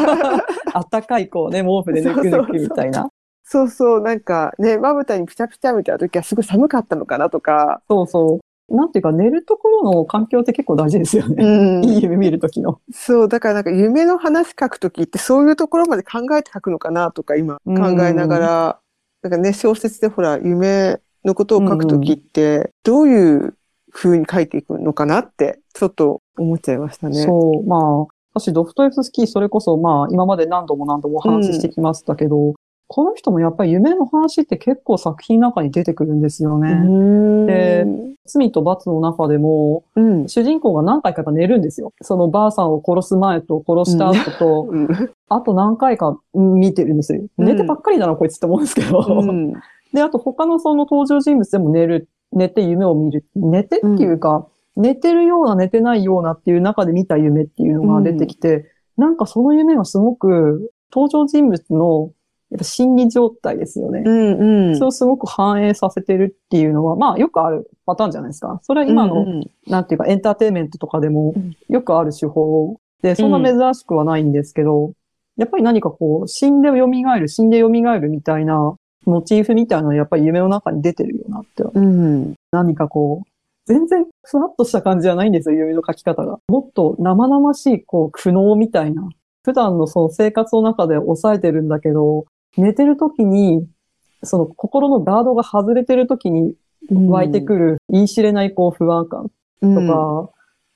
Speaker 1: あったかいこうね、毛布でぬくぬくみたいな。
Speaker 2: そうそう、なんかね、まぶたにピチャピチャみたいな時はすごい寒かったのかなとか。
Speaker 1: そうそう。なんていうか、寝るところの環境って結構大事ですよね。
Speaker 2: ん
Speaker 1: いい夢見るときの。
Speaker 2: そう、だからなんか夢の話書くときってそういうところまで考えて書くのかなとか今
Speaker 1: うん
Speaker 2: 考えながら、なんかね、小説でほら、夢のことを書くときってどういう風に書いていくのかなってちょっと思っちゃいましたね。
Speaker 1: そう、まあ、私、ドフトエフスキー、それこそ、まあ、今まで何度も何度もお話ししてきましたけど、この人もやっぱり夢の話って結構作品の中に出てくるんですよ
Speaker 2: う
Speaker 1: ね。
Speaker 2: ん
Speaker 1: で罪と罰の中でも、
Speaker 2: うん。
Speaker 1: 主人公が何回かやっぱ寝るんですよ。そのばあさんを殺す前と殺した後と、
Speaker 2: うん
Speaker 1: あと何回かうん見てるんですよ。
Speaker 2: うん
Speaker 1: 寝てばっかりだな、こいつって思うんですけど。
Speaker 2: うん
Speaker 1: で、あと他のその登場人物でも寝る、寝て夢を見る、寝てっていうか、寝てるような寝てないようなっていう中で見た夢っていうのが出てきて、なんかその夢がすごく登場人物のやっぱ心理状態ですよね。
Speaker 2: うんうん。
Speaker 1: それをすごく反映させてるっていうのは、まあよくあるパターンじゃないですか。それは今の、
Speaker 2: うんうん
Speaker 1: なんていうかエンターテインメントとかでも
Speaker 2: うん
Speaker 1: よくある手法で、そんな珍しくはないんですけど、やっぱり何かこう、死んで蘇る、死んで蘇るみたいな、モチーフみたいなのはやっぱり夢の中に出てるよなって。
Speaker 2: うん。
Speaker 1: 何かこう、全然ふわっとした感じじゃないんですよ、夢の書き方が。もっと生々しい、こう、苦悩みたいな。普段のその生活の中で抑えてるんだけど、寝てる時に、その心のガードが外れてる時に湧いてくる、言い知れないこう不安感
Speaker 2: と
Speaker 1: とか、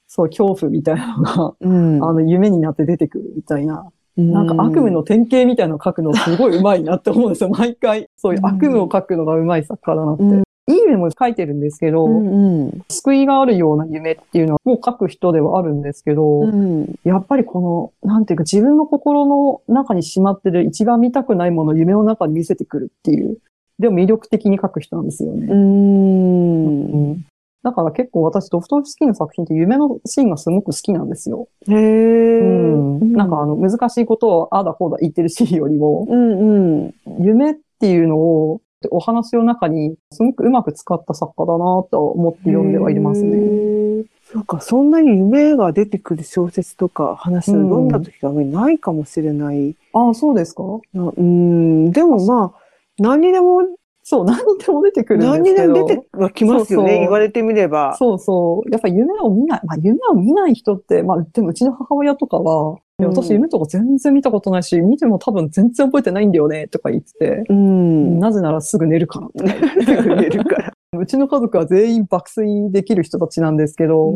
Speaker 1: そう、恐怖みたい
Speaker 2: *laughs*
Speaker 1: なのが、
Speaker 2: うん、
Speaker 1: あの、夢になって出てくるみたいな。なんか悪夢
Speaker 2: の、
Speaker 1: の典型みたいなのを書くのすごい上手いなって思うんですよ。毎回。そういう悪夢を書くのが上手い作家だなって。
Speaker 2: うん
Speaker 1: いい夢も書いてるんですけど、
Speaker 2: うんうん
Speaker 1: 救いがあるような夢っていうのはもう書く人ではあるんですけど、
Speaker 2: うん
Speaker 1: やっぱりこの、なんていうか自分の心の中にしまってる一番見たくないものを夢の中に見せてくるっていう。でも魅力的に書く人なんですよね。
Speaker 2: うん
Speaker 1: うんだから結構私、ドフトフスキーの作品って夢のシーンがすごく好きなんですよ。
Speaker 2: へえ、
Speaker 1: うんなんかあの、難しいことをあだこうだ言ってるシーンよりも、
Speaker 2: うんうん。
Speaker 1: 夢っていうのを、お話の中にすごくうまく使った作家だなと思って読んではいます
Speaker 2: へ
Speaker 1: ね。
Speaker 2: ー。そうか、そんなに夢が出てくる小説とか話
Speaker 1: う
Speaker 2: を
Speaker 1: ん
Speaker 2: 読んだ時があまりないかもしれない
Speaker 1: ああ、そうですか
Speaker 2: な。うん、でもまあ、何にでも、
Speaker 1: そう、何にでも出てくる
Speaker 2: 何
Speaker 1: ん
Speaker 2: に
Speaker 1: です
Speaker 2: で
Speaker 1: けど。
Speaker 2: も出てはきますよね、
Speaker 1: そうそう
Speaker 2: 言われてみれば。
Speaker 1: そうそう。やっぱり夢を見ない、まあ夢を見ない人って、まあでもうちの母親とかは、いや
Speaker 2: うん
Speaker 1: 私夢とか全然見たことないし、見ても多分全然覚えてないんだよねとか言ってて、
Speaker 2: うん。
Speaker 1: なぜならすぐ寝るからとか言って
Speaker 2: 出てくれる *laughs* から。
Speaker 1: うちの家族は全員爆睡できる人たちなんですけど、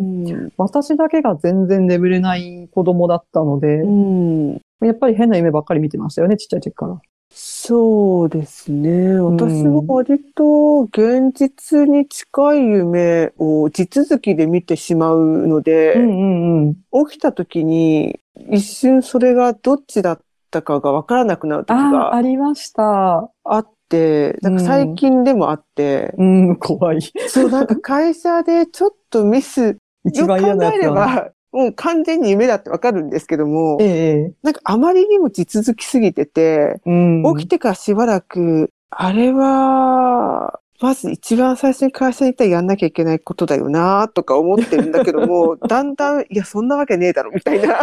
Speaker 1: 私だけが全然眠れない子供だったので、
Speaker 2: うん
Speaker 1: やっぱり変な夢ばっかり見てましたよね、ちっちゃい時から。
Speaker 2: そうですね。
Speaker 1: ん
Speaker 2: 私は割と現実に近い夢を地続きで見てしまうので、
Speaker 1: んうん。
Speaker 2: 起きた時に一瞬それがどっちだったかがわからなくなる時
Speaker 1: ああ、
Speaker 2: が
Speaker 1: ありました。
Speaker 2: あって、なんか最近でもあって、
Speaker 1: うん、怖い。
Speaker 2: そうなんか会社でちょっとミス、
Speaker 1: 一
Speaker 2: よく
Speaker 1: 番嫌なや
Speaker 2: 考え
Speaker 1: つ
Speaker 2: れ
Speaker 1: だな。
Speaker 2: ば、もう完全に夢だってわかるんですけども
Speaker 1: え、え、
Speaker 2: なんかあまりにも地続きすぎてて、
Speaker 1: うん。
Speaker 2: 起きてからしばらく、あれは、まず一番最初に会社に行ったらやんなきゃいけないことだよなとか思ってるんだけど
Speaker 1: *laughs*
Speaker 2: も、だんだん、いや、そんなわけねえだろ、みたいな。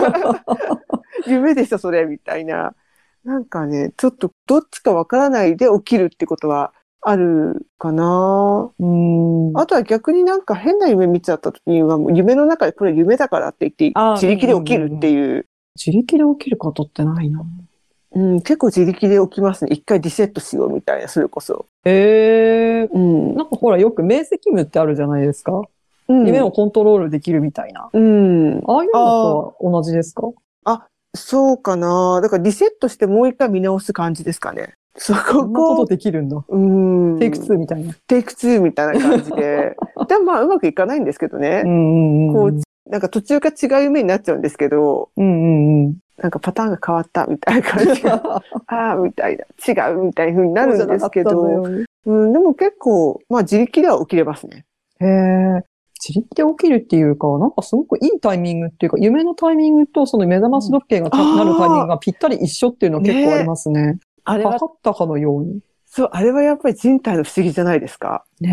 Speaker 2: 夢でしょ、それ、みたいな。なんかね、ちょっとどっちかわからないで起きるってことはあるかな
Speaker 1: うん。
Speaker 2: あとは逆になんか変な夢見ちゃった時には、もう夢の中でこれ夢だからって言って
Speaker 1: あ、
Speaker 2: 自力で起きるっていう。
Speaker 1: 自力で起きることってないな。
Speaker 2: うん、結構自力で起きますね。一回リセットしようみたいな、それこそ。
Speaker 1: へえ。
Speaker 2: うん。
Speaker 1: なんかほら、よく明晰夢ってあるじゃないですか。
Speaker 2: うん
Speaker 1: 夢をコントロールできるみたいな。
Speaker 2: うん。
Speaker 1: ああいうのとは同じですか
Speaker 2: そうかな。だからリセットしてもう一回見直す感じですかね。そ
Speaker 1: こんなこ、
Speaker 2: こと
Speaker 1: できるんだ。
Speaker 2: うん。
Speaker 1: テイク2みたいな。
Speaker 2: テイク2みたいな感じ
Speaker 1: *laughs*
Speaker 2: で。でもまあ、うまくいかないんですけどね。
Speaker 1: ん *laughs*
Speaker 2: こう、なんか途中から違う夢になっちゃうんですけど、
Speaker 1: うんうんうん。
Speaker 2: なんかパターンが変わったみたいな感じが、 *laughs* ああ、みたいな、違うみたいな風になるんですけど、
Speaker 1: そうじゃなかっ
Speaker 2: うん、でも結構、まあ自力では起きれますね。
Speaker 1: たのよ。へえ。自力で起きるっていうか、なんかすごくいいタイミングっていうか、夢のタイミングとその目覚まし時計がた
Speaker 2: うん
Speaker 1: なるタイミングがぴったり一緒っていうのは結構ありますね。
Speaker 2: あれ
Speaker 1: か
Speaker 2: は、
Speaker 1: かったかのように。
Speaker 2: そう、あれはやっぱり人体の不思議じゃないですか。
Speaker 1: ね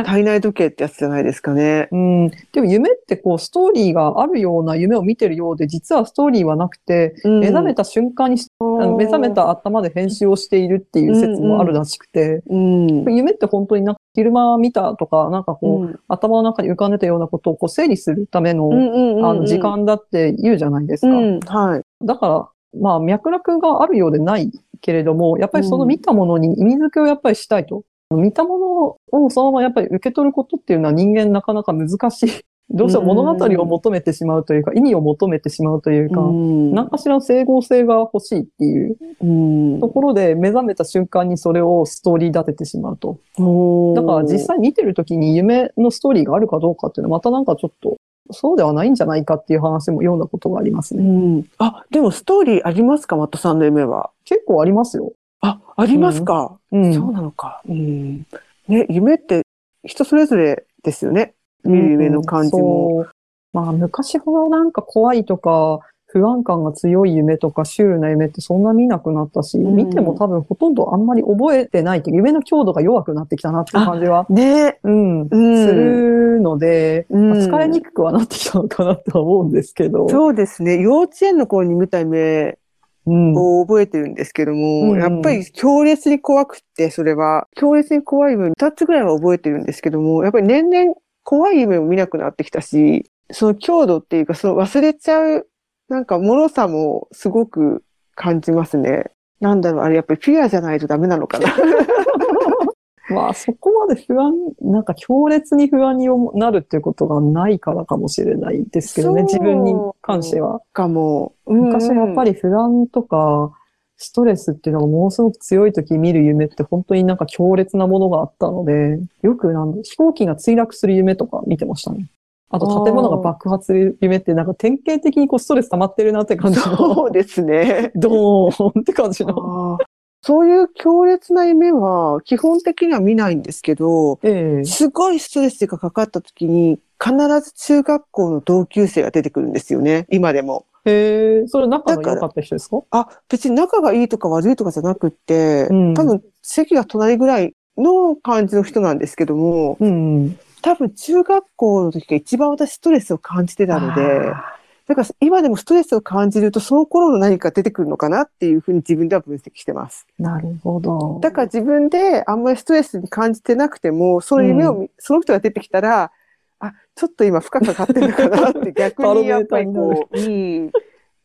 Speaker 1: え。
Speaker 2: 体内時計ってやつじゃないですかね。
Speaker 1: うん、でも夢ってこうストーリーがあるような夢を見てるようで実はストーリーはなくて
Speaker 2: うん
Speaker 1: 目覚めた瞬間にあの目覚め。た頭で編集をしているっていう説もあるらしくて、
Speaker 2: うん。
Speaker 1: 夢って本当になんか昼間見たとか、なんかこう、
Speaker 2: うん
Speaker 1: 頭の中に浮かんでたようなことをこう整理するための、
Speaker 2: うんうんうんうん
Speaker 1: あの時間だって言うじゃないですか。
Speaker 2: うん、はい。
Speaker 1: だから、まあ脈絡があるようでないけれども、やっぱりその見たものに意味付けをやっぱりしたいと。見たものをそのままやっぱり受け取ることっていうのは人間なかなか難しい。 *laughs* どうしても物語を求めてしまうというか、意味を求めてしまうというか、
Speaker 2: うん
Speaker 1: 何かしらの整合性が欲しいっていう
Speaker 2: うん
Speaker 1: ところで目覚めた瞬間にそれをストーリー立ててしまうと。
Speaker 2: おー
Speaker 1: だから実際見てる時に夢のストーリーがあるかどうかっていうのはまたなんかちょっとそうではないんじゃないかっていう話も読んだことがあります
Speaker 2: う
Speaker 1: ね。
Speaker 2: ん。あ、でもストーリーありますかマットさんの夢は。
Speaker 1: 結構ありますよ。
Speaker 2: あ、ありますか、
Speaker 1: う
Speaker 2: そうなのか。うん。ね、夢って人それぞれですよね。見る夢の感じ
Speaker 1: そ
Speaker 2: も。
Speaker 1: うまあ昔ほどなんか怖いとか不安感が強い夢とかシュールな夢ってそんな見なくなったし、
Speaker 2: うん
Speaker 1: 見ても多分ほとんどあんまり覚えてないっていう夢の強度が弱くなってきたなっていう感じは、
Speaker 2: ね。
Speaker 1: うん、す
Speaker 2: うん
Speaker 1: るので、
Speaker 2: うん
Speaker 1: まあ疲れにくくはなってきたのかなとは思うんですけど。
Speaker 2: そうですね。幼稚園の頃に見た夢
Speaker 1: うん
Speaker 2: を覚えてるんですけども、
Speaker 1: うん
Speaker 2: やっぱり強烈に怖くって、それは。強烈に怖い夢2つぐらいは覚えてるんですけども、やっぱり年々怖い夢を見なくなってきたし、その強度っていうか、その忘れちゃう、なんか脆さもすごく感じますね。なんだろう、あれやっぱりフィアじゃないとダメなのかな。
Speaker 1: まあそこまで不安、なんか強烈に不安になるっていうことがないからかもしれないですけどね、
Speaker 2: そう
Speaker 1: 自分に関しては。
Speaker 2: かも。
Speaker 1: 昔はやっぱ
Speaker 2: り。
Speaker 1: り不安とか、ストレスっていうのがものすごく強い時見る夢って本当になんか強烈なものがあったので、よくなんだ飛行機が墜落する夢とか見てましたね。あと建物が爆発する夢ってなんか典型的にこうストレス溜まってるなって感じの、。
Speaker 2: そうですね
Speaker 1: ドーンって感じの。
Speaker 2: あーそういう強烈な夢は基本的には見ないんですけど、
Speaker 1: ええ
Speaker 2: すごいストレスがかかった時に、必ず中学校の同級生が出てくるんですよね、今でも。
Speaker 1: へえ、それ仲の良かった人ですか
Speaker 2: あ、別に仲がいいとか悪いとかじゃなくって、
Speaker 1: うん
Speaker 2: 多分席が隣ぐらいの感じの人なんですけども、
Speaker 1: うんうん。
Speaker 2: 多分中学校の時が一番私ストレスを感じてたので、だから今でもストレスを感じると、その頃の何か出てくるのかなっていうふうに自分では分析してます。
Speaker 1: なるほど。
Speaker 2: だから自分であんまりストレスに感じてなくても、その夢を見、その人が出てきたら、あ、ちょっと今負荷かかってるのかなって逆にやっぱりこう、うん、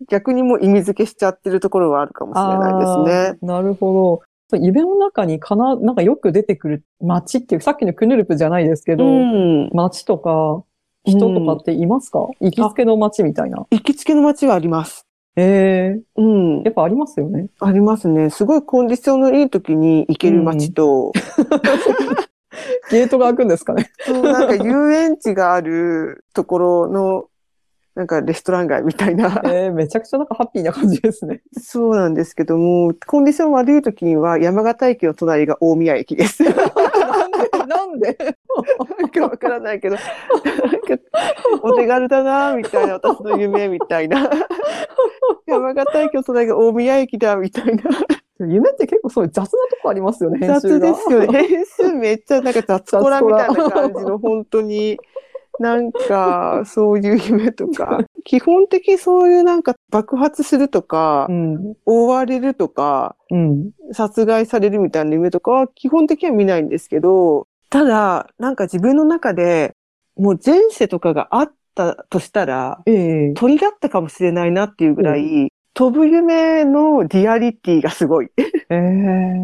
Speaker 2: 逆にもう意味付けしちゃってるところはあるかもしれないですね。
Speaker 1: あーなるほど。そう夢の中にかな、なんかよく出てくる街っていう、さっきのクヌルプじゃないですけど、
Speaker 2: うん。
Speaker 1: 街とか人とかっていますか、行きつけの街みたいな。
Speaker 2: 行きつけの街はあります。
Speaker 1: ええ
Speaker 2: うん
Speaker 1: や。っぱありますよね。
Speaker 2: ありますね。すごいコンディションのいい時に行ける街と、
Speaker 1: ゲートが開くんですかね。
Speaker 2: *laughs* そうなんか遊園地があるところの、なんかレストラン街みたいな。
Speaker 1: ええめちゃくちゃなんかハッピーな感じですね。
Speaker 2: そうなんですけども、コンディション悪い時には山形駅の隣が大宮駅
Speaker 1: *laughs*
Speaker 2: です。 *laughs* なん
Speaker 1: なんでなんで
Speaker 2: かわからないけど、 *laughs* なんかお手軽だな、みたいな、私の夢みたい
Speaker 1: *laughs*
Speaker 2: な。山形駅の隣が大宮駅だ、みたいな。
Speaker 1: 夢って結構そういう雑なとこありますよね、編集
Speaker 2: 雑
Speaker 1: が。
Speaker 2: ですよね。編集めっちゃなんか雑コラみたいな感じの、本当に。なんか、そういう夢と
Speaker 1: *laughs*
Speaker 2: か。基本的にそういうなんか爆発するとか
Speaker 1: う、ん。
Speaker 2: 追われるとか、
Speaker 1: うん。
Speaker 2: 殺害されるみたいな夢とかは基本的には見ないんですけど、ただ、なんか自分の中でもう前世とかがあったとしたら、
Speaker 1: ええ
Speaker 2: 鳥だったかもしれないなっていうぐらい、飛ぶ夢のリアリティがすごい。
Speaker 1: ええ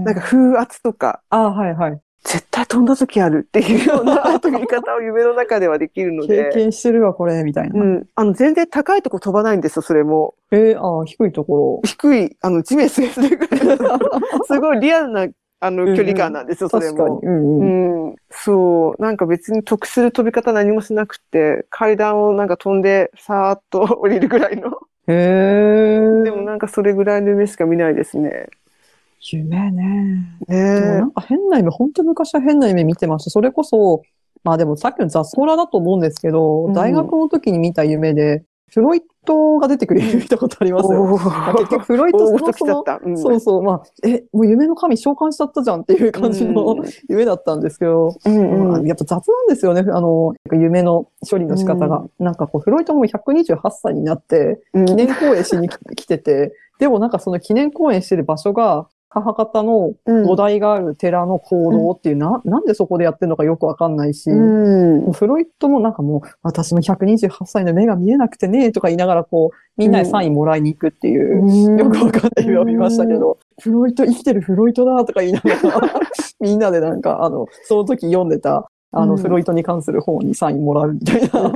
Speaker 2: なんか風圧とか、
Speaker 1: ああ、はいはい。
Speaker 2: 絶対飛んだ時あるっていうような飛び方を夢の中ではできるの
Speaker 1: 経
Speaker 2: で。
Speaker 1: 験してるわ、これ、みたいな。
Speaker 2: うん。あの、全然高いとこ飛ばないんですよ、それも。
Speaker 1: ええああ、低いとこ
Speaker 2: 低い、あの、地面すれすれぐらいの
Speaker 1: *laughs*
Speaker 2: すごいリアルな、あ
Speaker 1: うんう
Speaker 2: の、
Speaker 1: ん
Speaker 2: 距離感なんですよ、
Speaker 1: ろ。
Speaker 2: それ
Speaker 1: 確かに
Speaker 2: も。。
Speaker 1: うんう
Speaker 2: う
Speaker 1: ん。
Speaker 2: ん、そう。なんか別に得する飛び方何もしなくて、階段をなんか飛んで、さーっと降りるぐらいの。
Speaker 1: へえ
Speaker 2: でもなんかそれぐらいの夢しか見ないですね。
Speaker 1: 夢ね。
Speaker 2: ね
Speaker 1: でも
Speaker 2: え
Speaker 1: なんか変な夢、本当に昔は変な夢見てました。それこそ、まあでもさっきの雑草ラだと思うんですけど
Speaker 2: う、ん
Speaker 1: 大学の時に見た夢で、フロイトが出てくる夢見たことありますよ。
Speaker 2: お
Speaker 1: まあ結
Speaker 2: ー
Speaker 1: 局フロイト
Speaker 2: 大
Speaker 1: その
Speaker 2: 事来ちゃった。
Speaker 1: そのそうそう、まあ、え、もう夢の神召喚しちゃったじゃんっていう感じの
Speaker 2: うん
Speaker 1: 夢だったんですけど、
Speaker 2: うん
Speaker 1: まあ
Speaker 2: うん。
Speaker 1: やっぱ雑なんですよね、あの、夢の処理の仕方が。なんかこう、フロイトも128歳になって、記念公演しに来来てて、でもなんかその記念公演してる場所が、母方の
Speaker 2: うん
Speaker 1: お題がある寺の行動っていう、な、なんでそこでやってるのかよくわかんないし、
Speaker 2: うん。
Speaker 1: フロイトもなんかもう、私も128歳の目が見えなくてね、とか言いながらこう、みんなにサインもらいに行くっていう、よくわかんない夢を見ましたけど、フロイト、生きてるフロイトだとか言いながら、 *laughs* みんなでなんか、あの、その時読んでた、あの、
Speaker 2: うん
Speaker 1: フロイトに関する本にサインもらうみたい *laughs* な。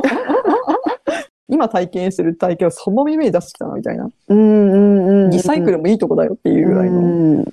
Speaker 1: 今体験してる体験をそのまま夢に出してきたな、みたいな。
Speaker 2: うんうんうんうん。
Speaker 1: リサイクルもいいとこだよっていうぐらいの。
Speaker 2: うん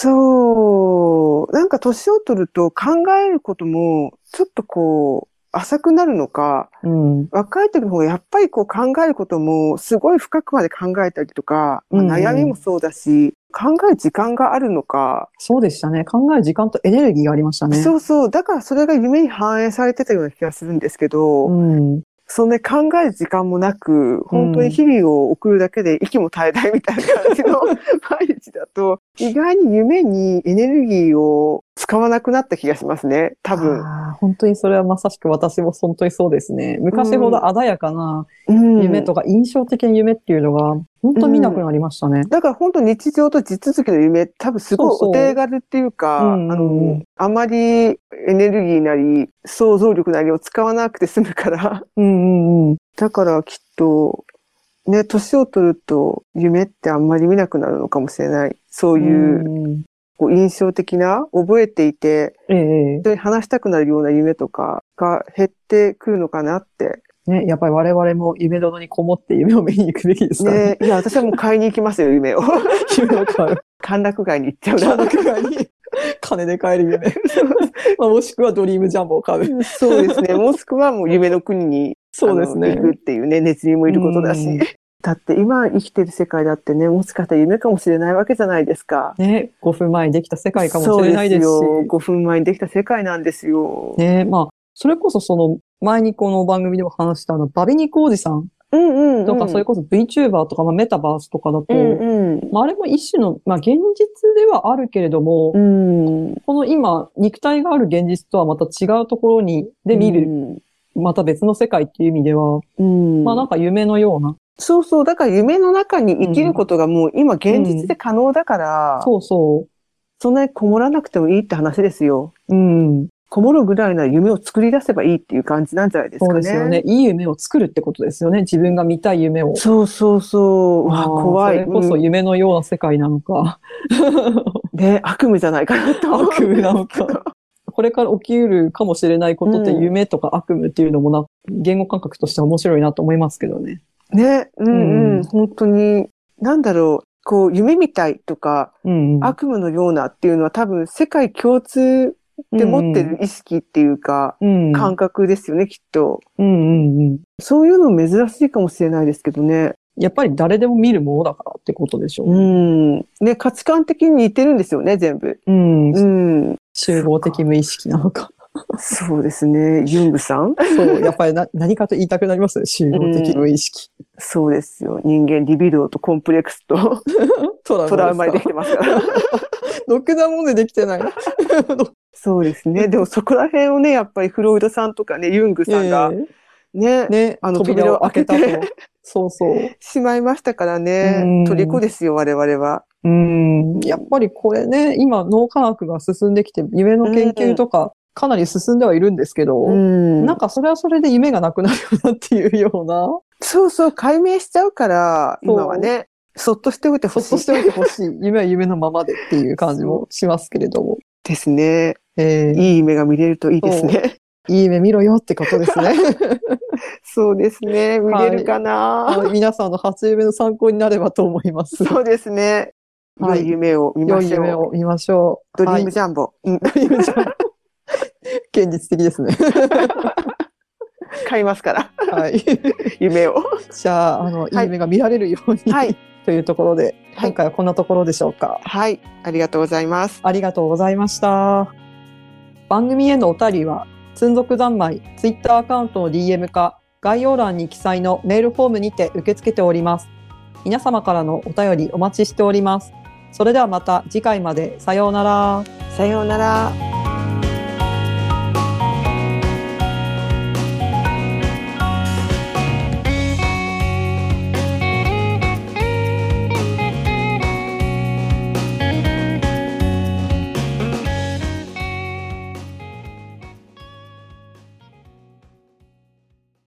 Speaker 2: そう。なんか年を取ると考えることも、ちょっとこう、浅くなるのか、
Speaker 1: うん。
Speaker 2: 若い時の方がやっぱりこう考えることも、すごい深くまで考えたりとか、ま
Speaker 1: う
Speaker 2: あ
Speaker 1: んうん
Speaker 2: 悩みもそうだし、考える時間があるのか、
Speaker 1: そうでしたね。考える時間とエネルギーがありましたね。
Speaker 2: そうそう。だからそれが夢に反映されてたような気がするんですけど、
Speaker 1: うん。
Speaker 2: そんな考える時間もなく、本当に日々を送るだけで息も絶えないみたいな感
Speaker 1: *laughs*
Speaker 2: じの毎日だと、意外に夢にエネルギーを使わなくなった気がしますね、多分。
Speaker 1: あー本当にそれはまさしく私も本当にそうですね。昔ほど鮮やかな
Speaker 2: うん
Speaker 1: 夢とか印象的な夢っていうのが、本当見なくなりましたね。
Speaker 2: だから本当日常と地続きの夢、多分すごい
Speaker 1: そうそう
Speaker 2: お手軽っていうか、
Speaker 1: うん
Speaker 2: あ
Speaker 1: う
Speaker 2: の
Speaker 1: ん、
Speaker 2: あまりエネルギーなり想像力なりを使わなくて済むから、 *laughs*
Speaker 1: うんうんうん。
Speaker 2: だからきっと、ね、年を取ると夢ってあんまり見なくなるのかもしれない。そういう
Speaker 1: うん
Speaker 2: こう印象的な、覚えていて、
Speaker 1: え
Speaker 2: 本当に話したくなるような夢とかが減ってくるのかなって。
Speaker 1: えね、やっぱり我々も夢殿にこもって夢を見に行くべきですからね。
Speaker 2: ね、いや、私はもう買いに行きますよ、夢を。 *laughs*
Speaker 1: 夢を買う。
Speaker 2: 歓楽街に行っちゃう
Speaker 1: 夜
Speaker 2: な。
Speaker 1: 中が
Speaker 2: *laughs*
Speaker 1: に金で買える夢。まあ、もしくはドリームジャンボを買う。
Speaker 2: *laughs* そうですね。もしくはもう夢の国に
Speaker 1: そうです
Speaker 2: あ
Speaker 1: ね
Speaker 2: の。行くっていうね、ネズミもいることだし
Speaker 1: うん。
Speaker 2: だって今生きてる世界だってね、もしかしたら夢かもしれないわけじゃないですか。
Speaker 1: ね、5分前にできた世界かもしれないですし。
Speaker 2: そうですよ。5分前にできた世界なんですよ。
Speaker 1: ね、まあ、それこそその、前にこの番組でも話したあの、バビニコおじさん
Speaker 2: うんうん、うん。
Speaker 1: とか、それこそ VTuber とか、まあ、メタバースとかだと、
Speaker 2: うんうん。
Speaker 1: まあ、あれも一種の、まあ、現実ではあるけれども、
Speaker 2: うん。
Speaker 1: この今、肉体がある現実とはまた違うところに、で見る、また別の世界っていう意味では、
Speaker 2: うん。
Speaker 1: まあなんか夢のような、
Speaker 2: そうそう。だから夢の中に生きることがもう今現実で可能だから、
Speaker 1: そうそ
Speaker 2: そんなにこもらなくてもいいって話ですよ。
Speaker 1: う。うん。
Speaker 2: こもるぐらいな夢を作り出せばいいっていう感じなんじゃないです
Speaker 1: そ
Speaker 2: か
Speaker 1: う
Speaker 2: ね。
Speaker 1: ですよね。いい夢を作るってことですよね。自分が見たい夢を。
Speaker 2: そうそうそう。うわ、
Speaker 1: あー
Speaker 2: 怖い。
Speaker 1: それこそ
Speaker 2: うん
Speaker 1: 夢のような世界なの
Speaker 2: *laughs*
Speaker 1: か、
Speaker 2: ね、悪夢じゃないかなと。
Speaker 1: 悪夢なのか。これから起きうるかもしれないことって
Speaker 2: うん
Speaker 1: 夢とか悪夢っていうのもな、言語感覚としては面白いなと思いますけどね。
Speaker 2: ね、うん
Speaker 1: う
Speaker 2: うんん、本当に。なんだろう。こう、夢みたいとか、
Speaker 1: うんうん。
Speaker 2: 悪夢のようなっていうのは多分世界共通で持ってる意識っていうか、
Speaker 1: うん、
Speaker 2: 感覚ですよね、きっと。
Speaker 1: うんうんうん。
Speaker 2: そういうの珍しいかもしれないですけどね。
Speaker 1: やっぱり誰でも見るものだからってことでしょう。
Speaker 2: うん。ね、価値観的に似てるんですよね、全部。
Speaker 1: うん
Speaker 2: うん。
Speaker 1: 集合的無意識なのか。
Speaker 2: そうですね、ユングさん。
Speaker 1: そう、やっぱりな何かと言いたくなりますね。集合的無意識。
Speaker 2: そうですよ。人間、リビドーとコンプレックスと
Speaker 1: トラウマですか
Speaker 2: トラウマでできてますから。
Speaker 1: ろくなもんでできてない。
Speaker 2: そうですね。でもそこら辺をね、やっぱりフロイドさんとかね、ユングさんが
Speaker 1: え
Speaker 2: ね、
Speaker 1: えね、
Speaker 2: あの
Speaker 1: 扉を開けた
Speaker 2: 扉を
Speaker 1: と。そうそう。
Speaker 2: しまいましたから
Speaker 1: うん
Speaker 2: ね、虜ですよ、我々は。
Speaker 1: *laughs* うん。やっぱりこれね、今脳科学が進んできて、夢の研究とか、かなり進んではいるんですけど、
Speaker 2: ん
Speaker 1: なんかそれはそれで *laughs* 夢がなくなるよなっていうような。
Speaker 2: そうそう、解明しちゃうから、
Speaker 1: そう
Speaker 2: 今はね。そっとしておいてほ
Speaker 1: そ
Speaker 2: し
Speaker 1: っとし
Speaker 2: い
Speaker 1: ておいてほしい。夢は夢のままでっていう感じもしますけれども。
Speaker 2: ですね。
Speaker 1: えー
Speaker 2: いい夢が見れるといいですね。
Speaker 1: いい夢見ろよってことですね。
Speaker 2: *laughs* そうですね。見れるかな、
Speaker 1: *laughs* あの皆さんの初夢の参考になればと思います。
Speaker 2: そうですね。
Speaker 1: は
Speaker 2: 良
Speaker 1: い
Speaker 2: い夢を見
Speaker 1: 良
Speaker 2: ま
Speaker 1: い
Speaker 2: し
Speaker 1: 夢
Speaker 2: ょう。
Speaker 1: を見ましょう。
Speaker 2: ドリーム
Speaker 1: はい
Speaker 2: ジャンボ。うん
Speaker 1: ドリームじゃん。 *laughs* 現実的ですね。
Speaker 2: 買います
Speaker 1: *laughs*
Speaker 2: から。
Speaker 1: はい。
Speaker 2: 夢を。
Speaker 1: じゃあ、あの、いい
Speaker 2: い
Speaker 1: 夢が見られるように、
Speaker 2: はい
Speaker 1: *laughs* というところで、
Speaker 2: はい
Speaker 1: 今回はこんなところでしょうか。
Speaker 2: はい。ありがとうございます。
Speaker 1: ありがとうございました。番組へのお便りは、つんぞく三昧ツイッターアカウントの DM か、概要欄に記載のメールフォームにて受け付けております。皆様からのお便りお待ちしております。それではまた次回まで。さようなら。
Speaker 2: さようなら。